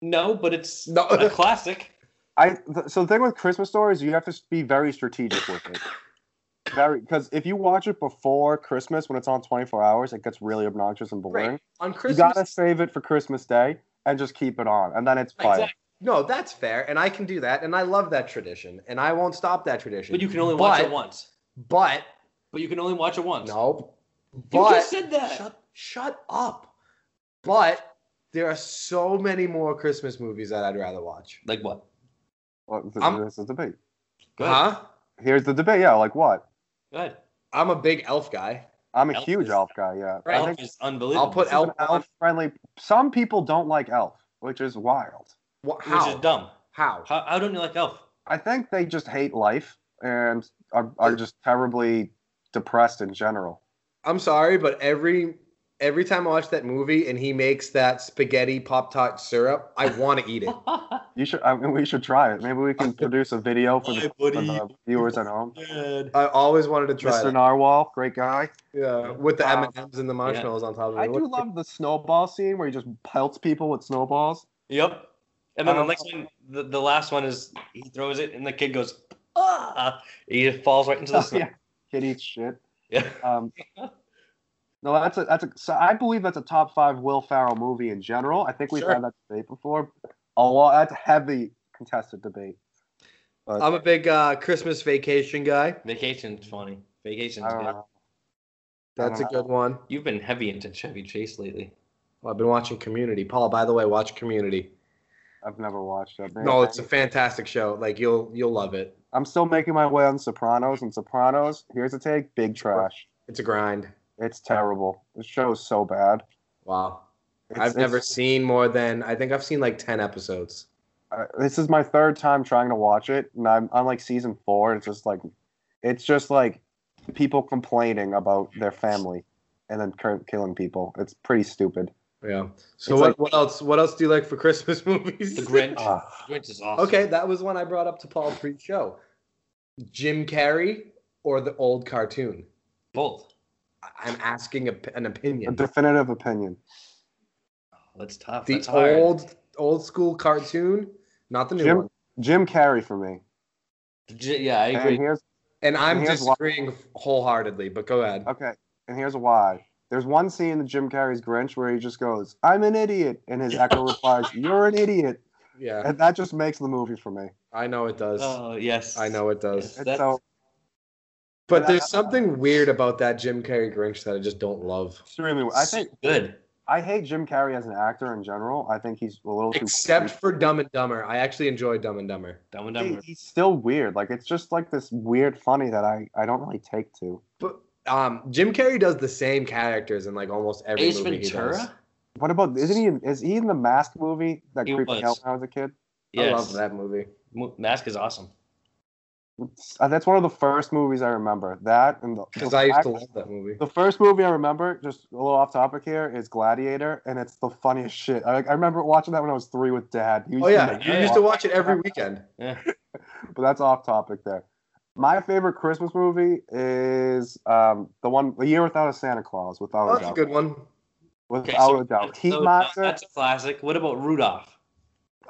no, but it's
No.
a classic.
I th- so the thing with Christmas stories, you have to be very strategic with it. Very because if you watch it before Christmas when it's on 24 hours, it gets really obnoxious and boring.
Right. On
You
Christmas,
gotta save it for Christmas Day and just keep it on, and then it's fire.
Exactly.
no, that's fair, and I can do that, and I love that tradition, and I won't stop that tradition.
But you can only watch
But-
it once.
But
But you can only watch it once.
no,
you
but
just said that.
shut shut up. But there are so many more Christmas movies that I'd rather watch.
Like what?
Well, th-
I'm-
this is the debate.
Go ahead.
Huh?
Here's the debate. Yeah, like what?
Go ahead.
I'm a big elf guy.
I'm a
Elf
huge
is-
elf guy. Yeah,
Right.
I
Elf
think
is unbelievable.
I'll put
elf,
elf.
elf friendly. Some people don't like elf, which is wild.
Wha-
which
How?
is dumb.
How?
How, how don't you like Elf?
I think they just hate life and are, are just terribly depressed in general.
I'm sorry, but every every time I watch that movie and he makes that spaghetti pop tart syrup, I want to eat it.
You should. I mean, we should try it. Maybe we can produce a video for the,
Why
for
would
the viewers at home.
Good.
I always wanted to try
Mr.
it.
Narwhal, great guy.
Yeah, with the M
Um,
and M's and the marshmallows on top of it.
I do
What-
love the snowball scene where he just pelts people with snowballs.
Yep. And then the
Um,
next one, the, the last one is he throws it and the kid goes, ah! He falls right into the snow.
Oh, yeah, kid eats shit.
Yeah.
Um, no, that's a that's a. So I believe that's a top five Will Farrell movie in general. I think we've
Sure.
had that debate before. A lot. That's a heavy contested debate. But,
I'm a big uh, Christmas vacation guy.
Vacation's funny. Vacation's
I don't
good.
know.
That's a
Uh-huh.
good one.
You've been heavy into Chevy Chase lately.
Well, I've been watching Community. Paul, by the way, watch Community.
I've never watched it.
No, it's a fantastic show. Like you'll you'll love it.
I'm still making my way on Sopranos, and Sopranos. Here's a take. Big trash.
It's a grind.
It's terrible. The show is so bad.
Wow.
It's,
I've never
it's-
seen more than I think I've seen like ten episodes.
uh, this is my third time trying to watch it, and I'm I'm like season four. And it's just like, it's just like people complaining about their family, and then cur- killing people. It's pretty stupid.
Yeah. So
It's
what,
like-
what else? What else do you like for Christmas movies?
The Grinch.
Uh,
Grinch is awesome.
Okay, that was one I brought up to Paul pre-show. Jim Carrey or the old cartoon?
Both.
I- I'm asking a, an
a
opinion.
definitive opinion.
That's tough.
The
That's hard.
old old school cartoon, not the new
Jim
one.
Jim Carrey for me.
J- yeah, I
And
agree.
here's
And I'm
Here's Uh,
disagreeing wholeheartedly, but go ahead.
okay. And here's why. There's one scene in Jim Carrey's Grinch where he just goes, "I'm an idiot," and his echo replies, "You're an idiot,"
Yeah,
and that just makes the movie for me.
I know it does.
Oh yes,
I know it does.
And
That's-
so
But
But
there's
I-
something weird about that Jim Carrey Grinch that I just don't love.
extremely, I think
good.
I hate Jim Carrey as an actor in general. I think he's a little too
Except for Dumb and Dumber. I actually enjoy Dumb and Dumber.
Dumb and
He-
Dumber.
he's still weird. Like it's just like this weird funny that I I don't really take to.
But um, Jim Carrey does the same characters in like almost every
Ace
movie he does.
Ventura.
What about isn't he? in- Is he in the Mask movie that
He
creeped me out
was.
when I was a kid?
I
Yes.
love that movie.
Mo- Mask is awesome.
It's- uh, that's one of the first movies I remember. That and the,
Because
the
I used
fact-
to love that movie.
the first movie I remember, just a little off topic here, is Gladiator, and it's the funniest shit. I, I remember watching that when I was three with dad. He used
Oh
to
yeah,
make
you
me
used to watch it every weekend.
Yeah.
but that's off topic there. My favorite Christmas movie is um, the one, The Year Without a Santa Claus, without
Oh,
a
that's a
doubt.
good one.
Without
so
a doubt.
that's-
Heat
so
Master.
That's a classic. What about Rudolph?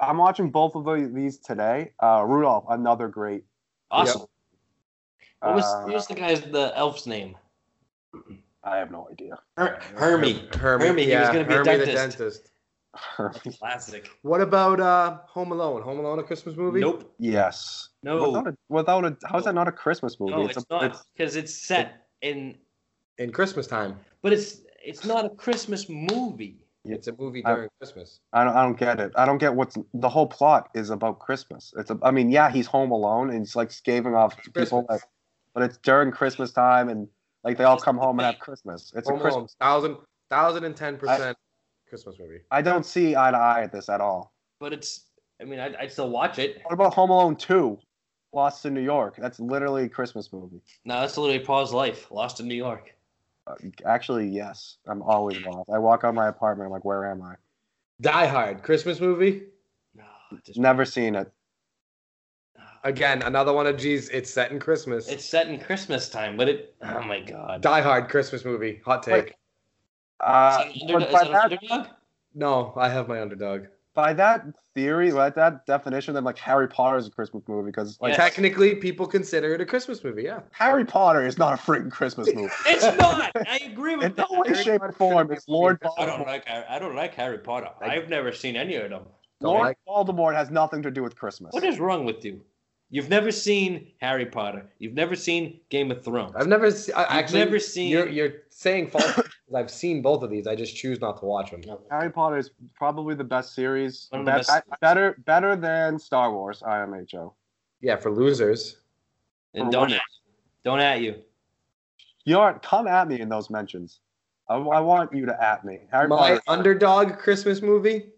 I'm watching both of the- these today. Uh, Rudolph, another great.
Awesome. What was,
uh,
what was the guy's the elf's name?
I have no idea.
Her- Hermie.
Hermie.
Hermie, he was
yeah,
gonna be a
Hermie
dentist.
the dentist.
Classic.
What about uh, Home Alone? Home Alone, a Christmas movie?
Nope.
yes. Without
No.
a, without a, how's that not a Christmas movie?
No, it's
a,
not because it's set in,
In Christmas time,
but it's it's not a Christmas movie.
it's a movie
Uh,
I-
during Christmas.
I don't, I don't get it. I don't get what's the whole plot is about Christmas. It's a, I mean, yeah, he's home alone and he's like scaving off people,
Christmas.
like, but it's during Christmas time and like they all come home and have Christmas. It's a
Home
Christmas.
Alone, thousand, thousand and ten percent Christmas movie.
I don't see eye to eye at this at all.
But it's. I mean, I'd, I'd still watch it.
What about Home Alone Two, Lost in New York? That's literally a Christmas movie.
No, that's literally Paul's life. Lost in New York.
Uh, actually, yes, I'm always lost. I walk out of my apartment. I'm like, where am I?
Die Hard, Christmas movie.
No, just,
Never seen it.
Again, another one of G's. It's set in Christmas.
It's set in Christmas time, but it. Oh my God.
Die Hard, Christmas movie. Hot take.
Wait. Uh,
Is that an
but by
underdog- is that an
that
underdog?
No, I have my underdog.
by that theory, by that definition, then like Harry Potter is a Christmas movie because like
Yes.
Technically, people consider it a Christmas movie. Yeah.
Harry Potter is not a freaking Christmas movie.
It's not. I agree
In
with
no
that.
way, shape, or form, it's Lord
I don't
Voldemort.
like. Har- I don't like Harry Potter.
I-
I've never seen any of them.
Don't
Lord
like-
Voldemort has nothing to do with Christmas.
What is wrong with you? You've never seen Harry Potter. You've never seen Game of Thrones.
I've never se- I,
You've
actually.
never seen-
You're, you're saying false. because I've seen both of these. I just choose not to watch them.
Harry Potter is probably the best series.
One of the
Be-
best
I-
series.
better, better than Star Wars. IMHO.
Yeah, for losers.
and don't at, don't at you.
You aren't. Come at me in those mentions. I, I want you to at me. Harry
My
Potter.
underdog Christmas movie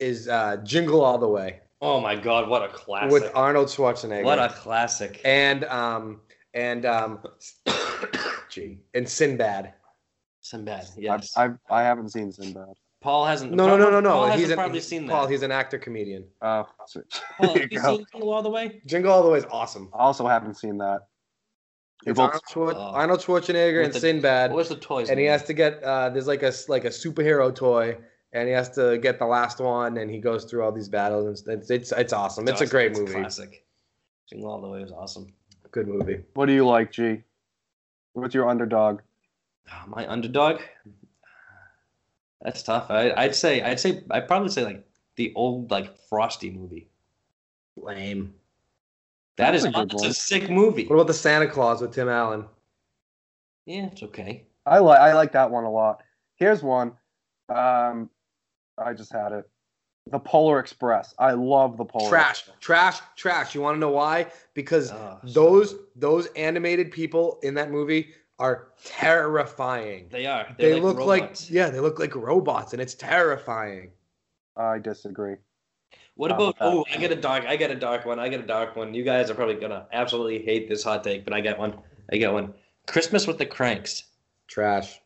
is uh, Jingle All the Way
Oh my God! What a classic!
with uh, Arnold Schwarzenegger.
what a classic!
and um and um gee and Sinbad.
Sinbad.
I,
Yes.
I, I haven't seen Sinbad.
Paul hasn't.
No, no,
Paul-
no, no,
Paul
no.
hasn't
He's an,
probably seen that.
Paul, he's an actor comedian.
Uh, so-
Paul,
there
have
you
you
go.
seen Jingle All the Way?
Jingle All the Way is awesome.
I also haven't seen that. You're
It's
both-
Arnold, Schwar-
Oh.
Arnold Schwarzenegger
With
and
the-
Sinbad,
What was the toys?
and he
name?
has to get uh, there's like a s- like a superhero toy, and he has to get the last one, and he goes through all these battles, and it's it's, it's awesome. It's, a
awesome.
great
It's
movie.
Classic. Jingle All the Way was awesome.
Good movie.
What do you like, G? What's your underdog?
Ah, My underdog. That's tough. I, I'd say. I'd say. I'd probably say like the old like Frosty movie.
Lame.
That
That's
is
a good
that's
one.
a sick movie.
What about the Santa Claus with Tim Allen?
Yeah, it's okay.
I like I like that one a lot. Here's one. Um, I just had it. The Polar Express. I love the Polar.
Trash, trash, trash. You want to know why? Because
Ah,
those those animated people in that movie are terrifying.
They are.
They
They're
look
robots.
like yeah, they look like robots, and it's terrifying.
I disagree.
What
Um,
about?
uh,
oh, I get a dark. I get a dark one. I get a dark one. You guys are probably gonna absolutely hate this hot take, but I got one. I got one. Christmas with the Cranks.
Trash,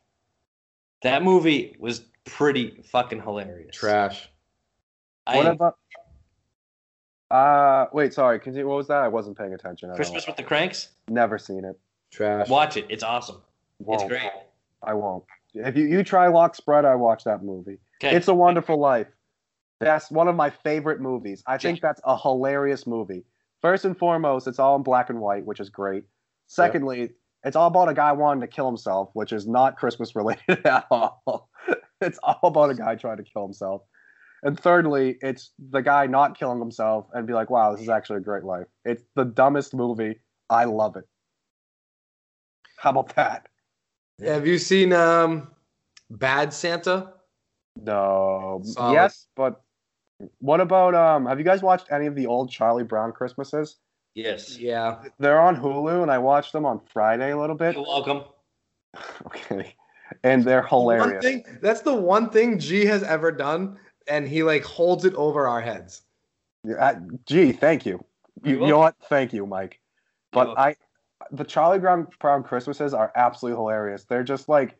That movie was pretty fucking hilarious.
trash.
I,
what about? Uh, wait. Sorry. Continue. What was that? I wasn't paying attention. At
Christmas
all.
with the Cranks?
Never seen it.
Trash.
Watch it. It's awesome.
Won't.
It's great.
I won't. If you you try Lock Spread, I watch that movie.
Okay.
It's a Wonderful Life. That's one of my favorite movies. I think that's a hilarious movie. First and foremost, it's all in black and white, which is great. Secondly, It's all about a guy wanting to kill himself, which is not Christmas related at all. it's all about a guy trying to kill himself. And thirdly, it's the guy not killing himself and be like, wow, this is actually a great life. It's the dumbest movie. I love it. How about that?
Have you seen um, Bad Santa?
No.
Solid.
Yes, but what about um have you guys watched any of the old Charlie Brown Christmases?
Yes.
Yeah.
They're on Hulu and I watched them on Friday a little bit.
You're welcome.
Okay. And they're
One
hilarious.
thing, that's the one thing G has ever done, and he like holds it over our heads.
Uh, gee, thank you. You,
You're
you know what? Thank you, Mike. But
welcome.
I, the Charlie Brown, Brown Christmases are absolutely hilarious. They're just like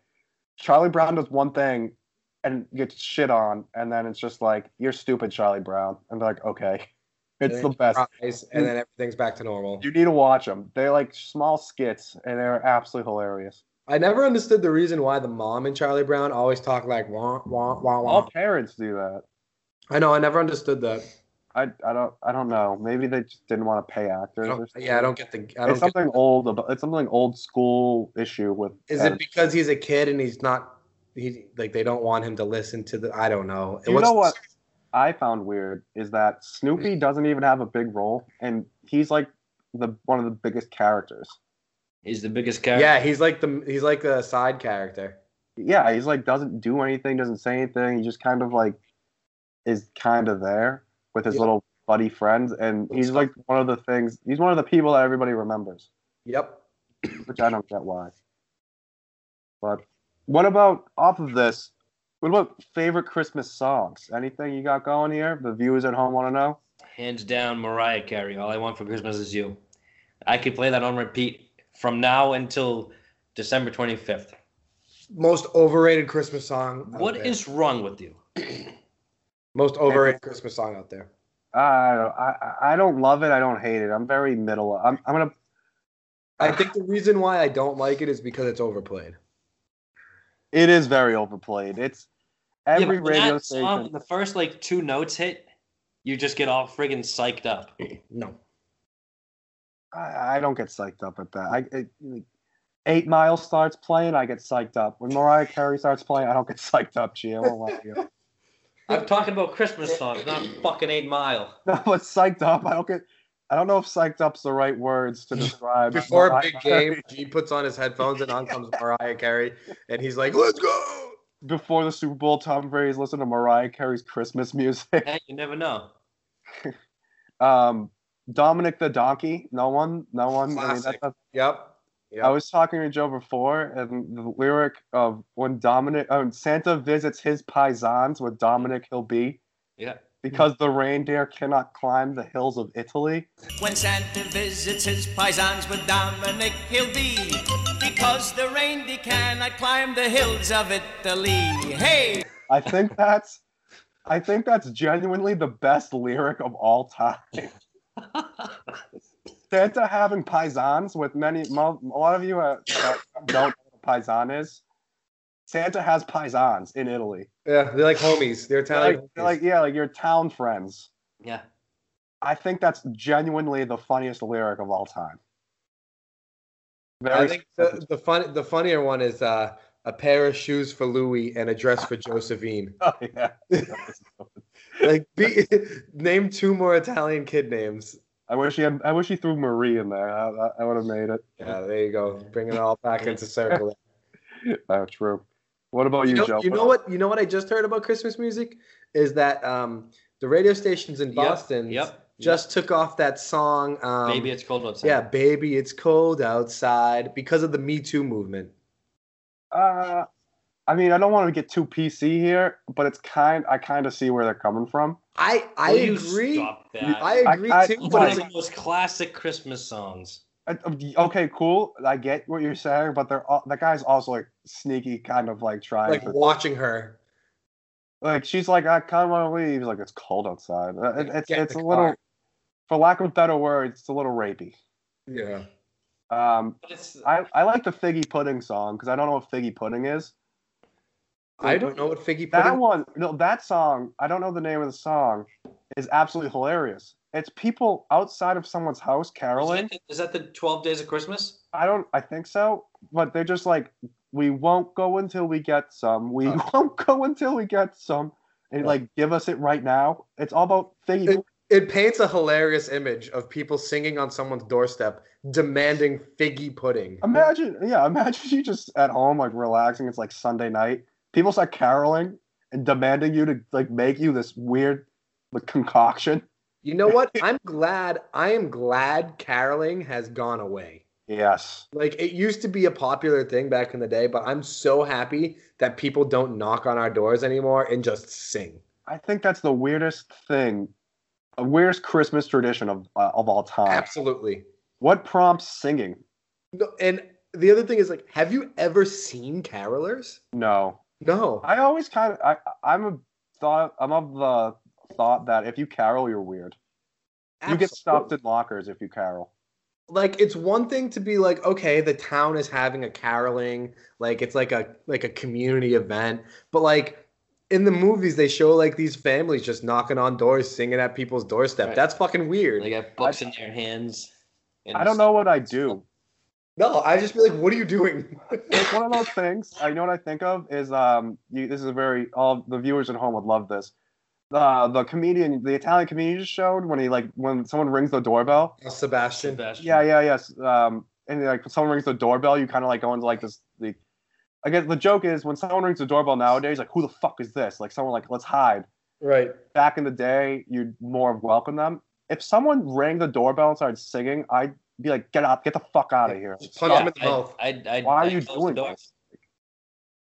Charlie Brown does one thing and gets shit on, and then it's just like you're stupid, Charlie Brown. And they're like, okay, it's the best.
Eyes, And then everything's back to normal.
You need to watch them. They're like small skits, and they're absolutely hilarious.
I never understood the reason why the mom in Charlie Brown always talk like wah wah wah wah.
All parents do that.
I know. I never understood that.
I, I don't I don't know. Maybe they just didn't want to pay actors.
I
or
don't-
something.
yeah, I don't get the. I
It's
don't get,
something old. About, it's something old school issue with.
is it because he's a kid and he's not? He like they don't want him to listen to the. I don't know.
You know what I found weird is that Snoopy doesn't even have a big role, and he's like the one of the biggest characters.
He's the biggest character.
Yeah, he's like the he's like the side character.
Yeah, he's like doesn't do anything, doesn't say anything. He just kind of like is kind of there with his
Yeah.
little buddy friends, and he's like one of the things. He's one of the people that everybody remembers,
Yep.
which I don't get why. But what about off of this? What about favorite Christmas songs? Anything you got going here? The viewers at home want to know.
Hands down, Mariah Carey. All I want for Christmas is you. I could play that on repeat from now until December 25th.
Most overrated Christmas song. out
What
there.
is wrong with you?
most overrated Christmas song out there?
I don't, I, I- I don't love it. I don't hate it. I'm very middle. I'm, I'm gonna.
I think the reason why I don't like it is because it's overplayed.
It is very overplayed. It's every
Yeah, but when
radio
that
station.
song, when the first like two notes hit, you just get all friggin' psyched up.
No.
I, I don't get psyched up at that. I, it, like, Eight Mile starts playing. I get psyched up. When Mariah Carey starts playing, I don't get psyched up. Gee, I won't lie to you.
I'm talking about Christmas songs, not fucking Eight Mile.
No, but psyched up. I don't get. I don't know if psyched up's the right words to describe.
Before a
Mariah
big
Carey-
game, G puts on his headphones and on comes Mariah Carey, and he's like, "Let's go."
Before the Super Bowl, Tom Brady's listening to Mariah Carey's Christmas music.
Hey, you never know.
Um, Dominic the Donkey. No one. No one. I mean,
Classic.
that's
Yep. Yep.
I was talking to Joe before, and the lyric of when Dominic, um, Santa visits his paisans with Dominic he'll be,
Yeah.
because the reindeer cannot climb the hills of Italy.
When Santa visits his paisans with Dominic, he'll be because the reindeer cannot climb the hills of Italy. Hey!
I think that's, I think that's genuinely the best lyric of all time. Santa having paisans with many, mo- a lot of you uh, that don't know what a paisan is. Santa has paisans in Italy.
yeah, they're like homies. They're Italian.
Like- like yeah, like your town friends.
Yeah.
I think that's genuinely the funniest lyric of all time.
I
Very
think the, the fun the funnier one is uh, a pair of shoes for Louis and a dress for Josephine.
Oh, yeah.
Like, be, name two more Italian kid names.
I wish he had, I wish he threw Marie in there. I, I, would have made it.
Yeah, there you go. Bringing it all back into circle.
Oh, true. What about Oh, you,
you, know,
Joe?
you know what? You know what I just heard about Christmas music is that um, the radio stations in
Yep,
Boston
yep,
just took off that song. Um,
Maybe it's cold outside.
yeah, baby, it's cold outside because of the Me Too movement.
Uh, I mean, I don't want to get too PC here, but it's kind. I kind of see where they're coming from.
I I
Will you
agree.
Stop that.
I
I-
agree
I-
too,
It's
but
one of
it's
the most classic Christmas songs.
Uh, Okay, cool. I get what you're saying, but they're all, that guy's also like sneaky, kind of like trying
like
to
watching her.
like she's like I kind of want to leave. He's like it's cold outside. Uh, it- it's
Get in
it's a
the
little,
car.
for lack of a better word, it's a little rapey.
Yeah.
Um,
But it's
I, I like the Figgy Pudding song because I don't know what Figgy Pudding is.
I don't know what Figgy
That
put in.
one, no, that song, I don't know the name of the song, is absolutely hilarious. it's people outside of someone's house caroling.
Is that, the, is that the 12 days of Christmas?
I don't. I think so, but they're just like, we won't go until we get some. We won't go until we get some. And like, give us it right now. It's all about things.
It paints a hilarious image of people singing on someone's doorstep demanding figgy pudding.
Imagine, yeah, imagine you just at home, like relaxing. It's like Sunday night. People start caroling and demanding you to like make you this weird like, concoction.
You know what? I'm glad. I am glad caroling has gone away.
Yes.
Like it used to be a popular thing back in the day, but I'm so happy that people don't knock on our doors anymore and just sing.
I think that's the weirdest thing, the weirdest Christmas tradition of uh, of all time.
Absolutely.
What prompts singing?
No, And the other thing is like, have you ever seen carolers?
No,
No.
I always kind of I I'm a thought I'm of the thought that if you carol, you're weird. You get stopped
Absolutely.
in lockers if you carol.
Like it's one thing to be like, okay, the town is having a caroling, like it's like a like a community event, but like. In the movies, they show like these families just knocking on doors, singing at people's doorstep.
Right.
That's fucking weird.
They got books in their hands. and
I don't know what I do.
no, I just be like, what are you doing?
It's one of those things. I know what I think of is um. You, this is a very all the viewers at home would love this. Uh, the comedian, the Italian comedian, you just showed when he like when someone rings the doorbell.
Sebastian.
Sebastian.
Yeah, yeah, yes. Um, and like when someone rings the doorbell, you kind of like go into like this. The, I guess the joke is when someone rings the doorbell nowadays, like who the fuck is this? Like someone like let's hide.
Right.
Back in the day, you'd more welcome them. If someone rang the doorbell and started singing, I'd be like, get up, get the fuck out of here.
Just punch
Yeah,
him in the
I-
mouth.
I, I,
Why are
I
you
close the
doing
door.
this?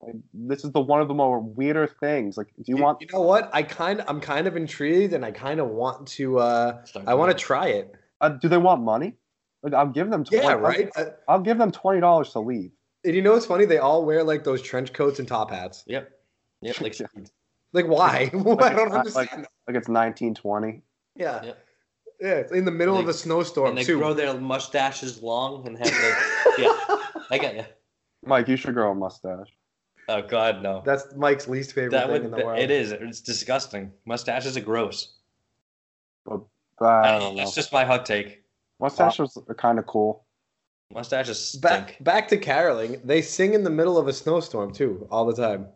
Like, this is the one of the more weirder things. Like, do you
You-
want?
You know what? I kind I'm kind of intrigued, and I kind of want to. uh I want
Mm-hmm.
to try it.
Uh, do they want money? Like, I'll give them. 20,
Yeah. Right. Uh,
I'll, I'll give them twenty dollars to leave.
and you know what's funny? They all wear like those trench coats and top hats.
Yep. Yep. Like,
Like why? I don't
Like, like,
understand.
like it's nineteen twenty.
yeah.
yeah.
yeah. It's in the middle
And
of
they-
a snowstorm
and they
too.
grow their mustaches long and have the. yeah. I got you.
Mike, you should grow a mustache.
Oh God, no. That,
That's Mike's least favorite thing
would.
in the world.
It is. It's disgusting. Mustaches are gross.
But I
Uh,
don't know.
That's just my hot take.
Mustaches are kind of cool.
Mustaches stink.
Back back to caroling. They sing in the middle of a snowstorm too, all the time.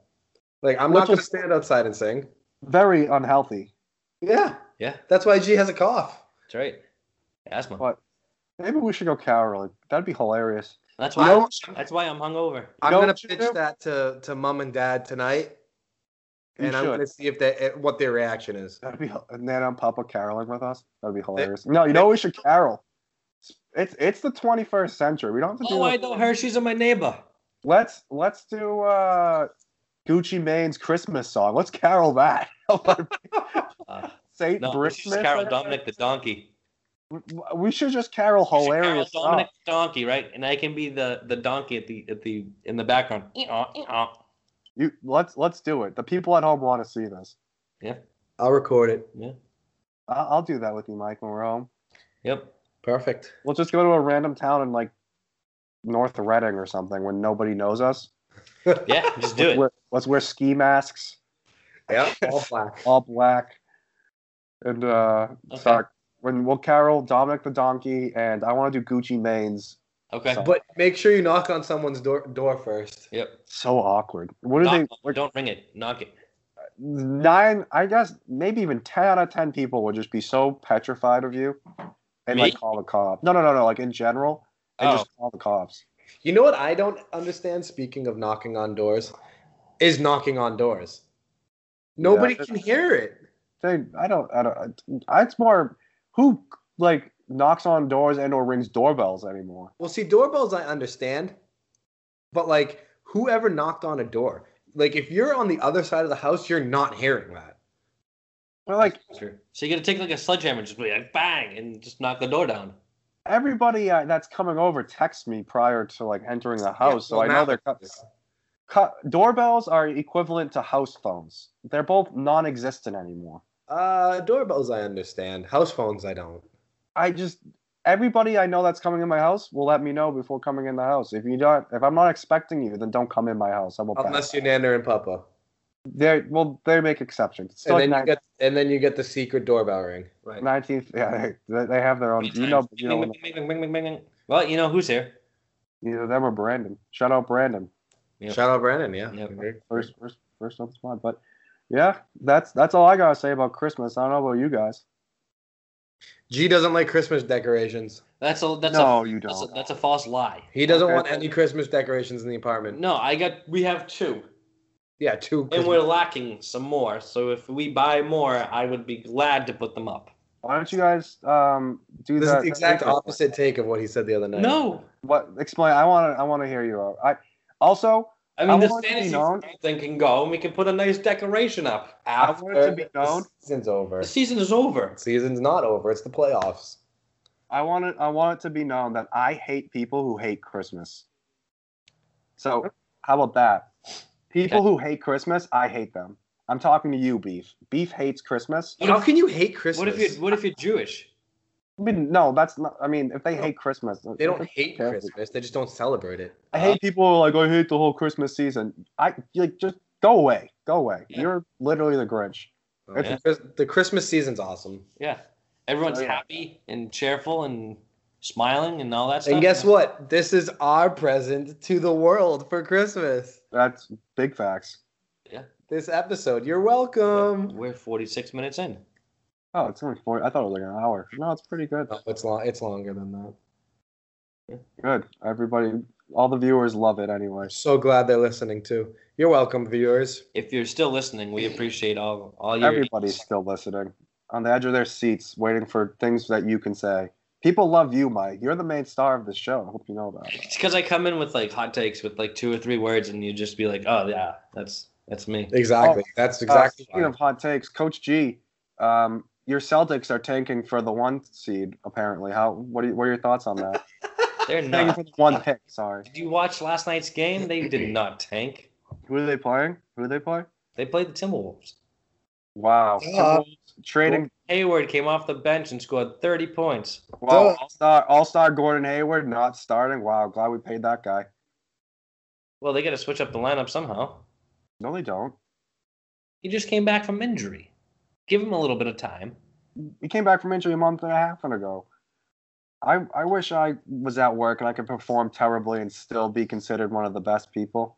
Like I'm
Which
not gonna
is-
stand outside and sing.
Very unhealthy.
Yeah.
Yeah,
That's why G has a cough.
that's right. Asthma.
What? Maybe we should go caroling. That'd be hilarious.
That's
You
why.
know-
that's why I'm hungover.
I'm
know
gonna
what you
pitch
do?
that to to mom and dad tonight,
You
and I'm
should.
gonna see if they eh, what their reaction is.
That'd be and then on Papa caroling with us. That'd be hilarious. No, you know we should carol. It's it's the 21st century. We don't have to do.
Oh, I know Hershey's in my neighbor.
Let's let's do uh, Gucci Mane's Christmas song. Let's carol that.
Uh,
Saint
no, it's
Christmas.
just Carol Dominic the donkey.
We should just carol
She's Carol
hilarious. Oh,
Dominic
stuff.
the donkey, right? And I can be the the donkey at the at the in the background. Eeyaw, eeyaw.
You let's let's do it. The people at home want to see this.
I'll record it.
I- I'll do that with you, Mike, when we're home.
Yep.
Perfect.
We'll just go to a random town in like North Reading or something when nobody knows us.
Yeah, just
Let's
do it.
wear- let's wear ski masks,
Yeah, all black.
all black, and uh,
Okay.
sorry, when we'll carol Dominic the Donkey, and I want to do Gucci Mane's.
Okay.
So-
But make sure you knock on someone's door door first.
Yep.
So awkward. What do
Knock
they?
on it.
Like,
Don't ring it. Knock it.
nine, I guess maybe even ten out of ten people would just be so petrified of you, and
Me?
like call the cops. No, no, no, no. Like in general, and
Oh.
just call the cops.
You know what I don't understand? Speaking of knocking on doors, is knocking on doors. Nobody
Yeah.
can hear it.
They, I don't, I don't. It's more who like knocks on doors and or rings doorbells anymore.
Well, see, doorbells I understand, but like whoever knocked on a door, like if you're on the other side of the house, you're not hearing that.
But like
Sure. So you gotta take like a sledgehammer, and just be like bang, and just knock the door down.
everybody uh, that's coming over texts me prior to like entering the house, so
well,
I know
now-
they're cut. cut doorbells are equivalent to house phones. They're both non-existent anymore.
Uh, doorbells I understand. House phones I don't.
I just everybody I know that's coming in my house will let me know before coming in the house. If you don't, if I'm not expecting you, then don't come in my house. I will. pass.
Unless you're Nana and Papa.
They well, they make exceptions. It's still
and then
like nine-
you get and then you get the secret doorbell ring.
Right.
19th. Yeah, they, they have their own. Um, You know, you know, when-
Bing, bing, bing, bing, bing, bing. Well, you know who's here.
either them or Brandon. Shout out Brandon.
Yep.
Shout out Brandon, yeah.
Yep.
First, first, first on the spot. But yeah, that's that's all I gotta say about Christmas. I don't know about you guys.
G doesn't like Christmas decorations.
That's a that's
no,
a
you don't.
that's a, that's a false lie.
He doesn't
Okay.
want any Christmas decorations in the apartment.
No, I got we have two,
Yeah, two.
and
Christmas-
we're lacking some more. So if we buy more, I would be glad to put them up.
Why don't you guys um do
This
that?
is the exact opposite take of what he said the other night.
No,
What? Explain. I want to. I want to hear you out. I also.
I
I
mean this
want it to be
fantasy
known-
thing can go, and we can put a nice decoration up.
I
After
want it to be known.
The season's over.
the season is over.
Season's not over. It's the playoffs.
I want it. I want it to be known that I hate people who hate Christmas. So how about that? People who hate Christmas, I hate them. I'm talking to you, Beef. Beef hates Christmas.
What
How
if-
can you hate Christmas?
What if you what if you're Jewish?
I mean, no, that's not. I mean, if they hate Christmas,
They don't hate
Okay.
Christmas. They just don't celebrate it.
I hate people who are like "Oh, I hate the whole Christmas season. I like just go away, go away.
Yeah.
You're literally the Grinch.
It's- Chris- The Christmas season's awesome.
Yeah, everyone's
Oh, yeah.
happy and cheerful and smiling and all that stuff.
And guess what? This is our present to the world for Christmas.
That's big facts.
This episode. You're
um,
welcome.
We're 46 minutes in.
Oh, it's only four. I thought it was like an hour. No, it's pretty good.
No, it's long. It's longer than that.
Good. Everybody, all the viewers love it anyway.
I'm so glad they're listening too. You're welcome, viewers.
If you're still listening, we appreciate all all your
Everybody's still listening on the edge of their seats, waiting for things that you can say. People love you, Mike. You're the main star of the show. I hope you know that.
It's because I come in with like hot takes with like two or three words, and you just be like, "Oh yeah, that's that's me."
Exactly. That's exactly.
Uh, speaking of hot takes, Coach G, um, your Celtics are tanking for the one seed. Apparently, how? What are, you, what are your thoughts on that?
They're
tanking
not.
for the one pick. Sorry.
Did you watch last night's game? They did not tank.
Who are they playing? Who do they play?
They played the Timberwolves.
Wow.
Duh.
Timberwolves Trading.
Hayward came off the bench and scored 30 points.
Wow.
Duh.
All star. All star. Gordon Hayward not starting. Wow. Glad we paid that guy.
Well, they got to switch up the lineup somehow.
No, they don't.
He just came back from injury. Give him a little bit of time.
He came back from injury a month and a half ago. I, I wish I was at work and I could perform terribly and still be considered one of the best people.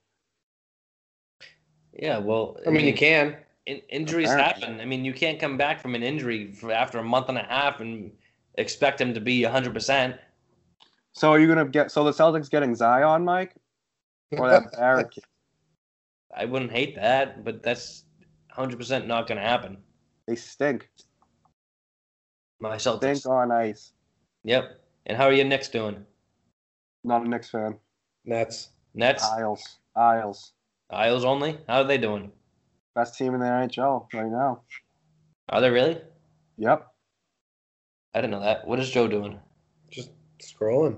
Yeah, well,
I mean, you can.
in- injuries
Apparently.
happen. I mean, you can't come back from an injury for after a month and a half and expect him to be 100%.
So are you gonna get? So the Celtics getting Zion, Mike, or that Barrett? kid?
I wouldn't hate that, but that's 100% not going to happen.
They stink.
My Celtics.
Stink on ice.
Yep. And how are your Knicks doing?
Not a Knicks fan.
Nets.
Nets,
Uh,
Isles. Isles.
Isles only. How are they doing?
Best team in the NHL right now.
Are they really?
Yep.
I didn't know that. What is Joe doing?
Just scrolling.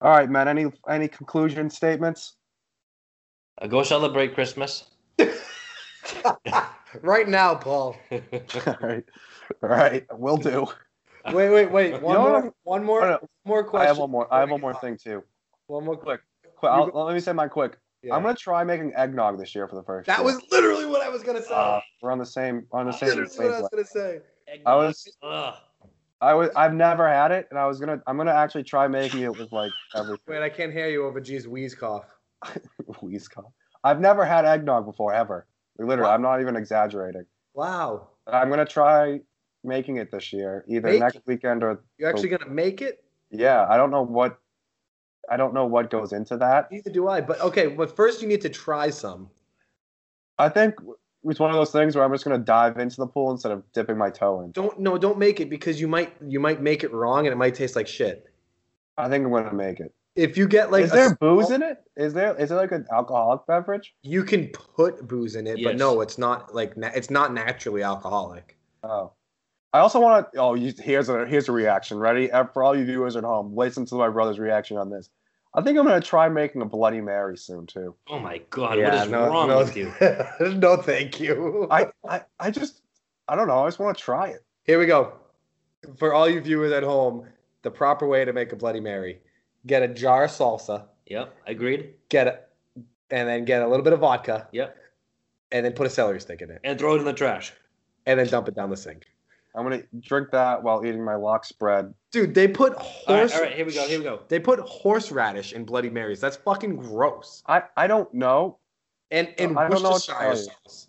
All right, man. Any any conclusion statements?
Uh, go celebrate Christmas.
right now, Paul.
All right. All right. Will do.
Wait, wait, wait. One
know what
more.
I'm-
One
I
more.
don't-
More
I
question.
have one more. I have one more thing too.
One more quick.
Quick, I'll, let me say mine quick. I'm gonna try making eggnog this year for the first.
That
year.
was literally what I was gonna say.
Uh, we're on the same on the same
literally what I was
wavelength.
gonna say.
I
Oh.
was-
Ugh.
I was I've never had it, and I was gonna I'm gonna actually try making it with like every
Wait, I can't hear you over G's wheeze cough.
wheeze cough. I've never had eggnog before ever. Like, Literally, I'm not even exaggerating.
Wow.
I'm gonna try making it this year, either
Make
next weekend or
You're actually
Oh.
gonna make it?
yeah. I don't know what I don't know what goes into that.
Neither do I. But okay, but first you need to try some.
I think it's one of those things where I'm just gonna dive into the pool instead of dipping my toe in.
Don't no, don't make it because you might you might make it wrong and it might taste like shit.
I think I'm gonna make it.
If you get like
is
a
there
small-
booze in it? Is there is it like an alcoholic beverage?
You can put booze in it, but
Yes.
no, it's not like na- it's not naturally alcoholic.
Oh. I also want to. Oh, you, here's a here's a reaction. Ready Uh, for all you viewers at home? Listen to my brother's reaction on this. I think I'm gonna try making a Bloody Mary soon too.
Oh my God! what is wrong with you?
no, thank you.
I I, I just I don't know. I just want to try it.
Here we go. For all you viewers at home, the proper way to make a Bloody Mary: get a jar of salsa,
Yep. Agreed.
get a, and then get a little bit of vodka.
Yep.
and then put a celery stick in it,
and throw it in the trash.
and then dump it down the sink.
I'm gonna drink that while eating my lock spread.
Dude, they put
All right,
horse.
all right, here we go. Here we go.
They put horseradish in Bloody Marys. That's fucking gross.
I, I don't know.
And and
I don't know what to
Worcestershire
tell you.
sauce.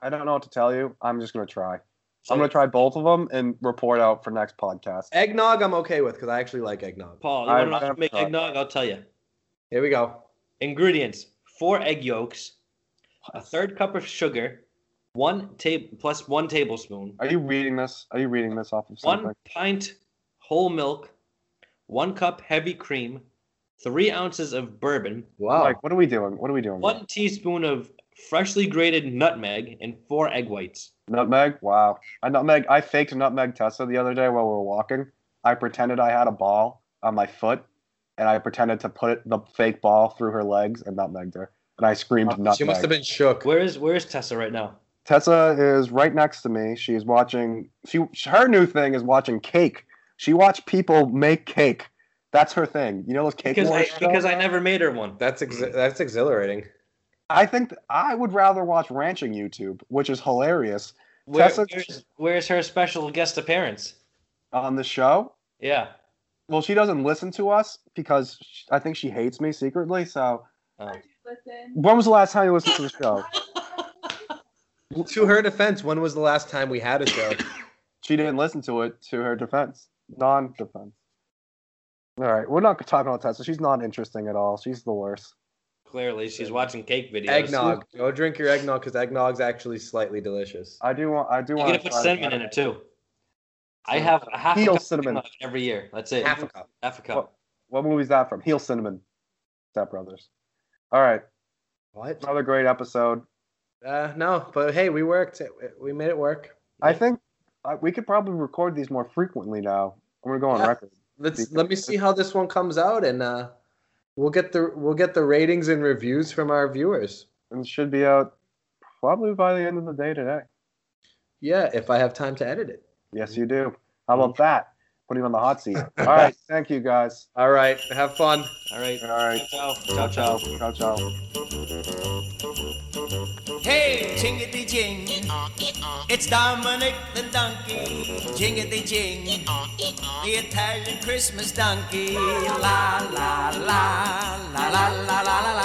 I don't know what to tell you. I'm just gonna try. I'm gonna try both of them and report out for next podcast.
Eggnog, I'm okay with because I actually like eggnog.
Paul, you
I-
want to know
I
how
don't
to make
know.
eggnog? I'll tell you.
Here we go.
Ingredients: four egg yolks, a third cup of sugar, one table plus one tablespoon,
Are you reading this? Are you reading this off of something?
one pint whole milk, one cup heavy cream, three ounces of bourbon,
Wow.
Like, what are we doing? What are we doing?
Oh. one teaspoon of freshly grated nutmeg, and four egg whites.
Nutmeg? Wow. I nutmeg. I faked a nutmeg Tessa the other day while we were walking. I pretended I had a ball on my foot, and I pretended to put the fake ball through her legs and nutmegged her. And I screamed nutmeg.
she must have been shook.
Where is where is Tessa right now?
Tessa is right next to me. She's watching. She her new thing is watching cake. She watched people make cake. That's her thing. You know those cake
Because I
wars shows?
because I never made her one.
That's ex- that's exhilarating.
I think th- I would rather watch ranching YouTube, which is hilarious
Where,
Tessa-
where's, where's her special guest appearance?
on the show.
Yeah.
Well, she doesn't listen to us because sh I think she hates me secretly. So,
Oh.
Listen.
when was the last time you listened to the show?
To her defense, when was the last time we had a show?
She didn't listen to it. To her defense, non-defense. All right, we're not talking about Tessa. She's not interesting at all. She's the worst.
Clearly, she's watching cake videos.
eggnog. Go drink your eggnog because eggnog's actually slightly delicious.
I do want. I do
You
want
gotta put cinnamon in it too. I have a half a
Heel
cup of
cinnamon.
eggnog every year. That's it.
Half a cup.
Half a
What?
cup.
What movie is that from? Heel Cinnamon, Step Brothers. All right,
What?
another great episode.
Uh, no, but hey, we worked. We made it work.
I
Yeah.
think uh, we could probably record these more frequently now. I'm gonna go on
Yeah.
record.
Let's let me see how this one comes out, and uh, we'll get the we'll get the ratings and reviews from our viewers.
And it should be out probably by the end of the day today.
Yeah, if I have time to edit it.
Yes, you do. How about that? Put him on the hot seat. All right. Thank you, guys.
All right, have fun.
All right.
All right.
Ciao, ciao, ciao.
Ciao, ciao.
Hey, jingity jing. It's Dominic the donkey. Jingity jing. The Italian Christmas donkey. La la la la la la la la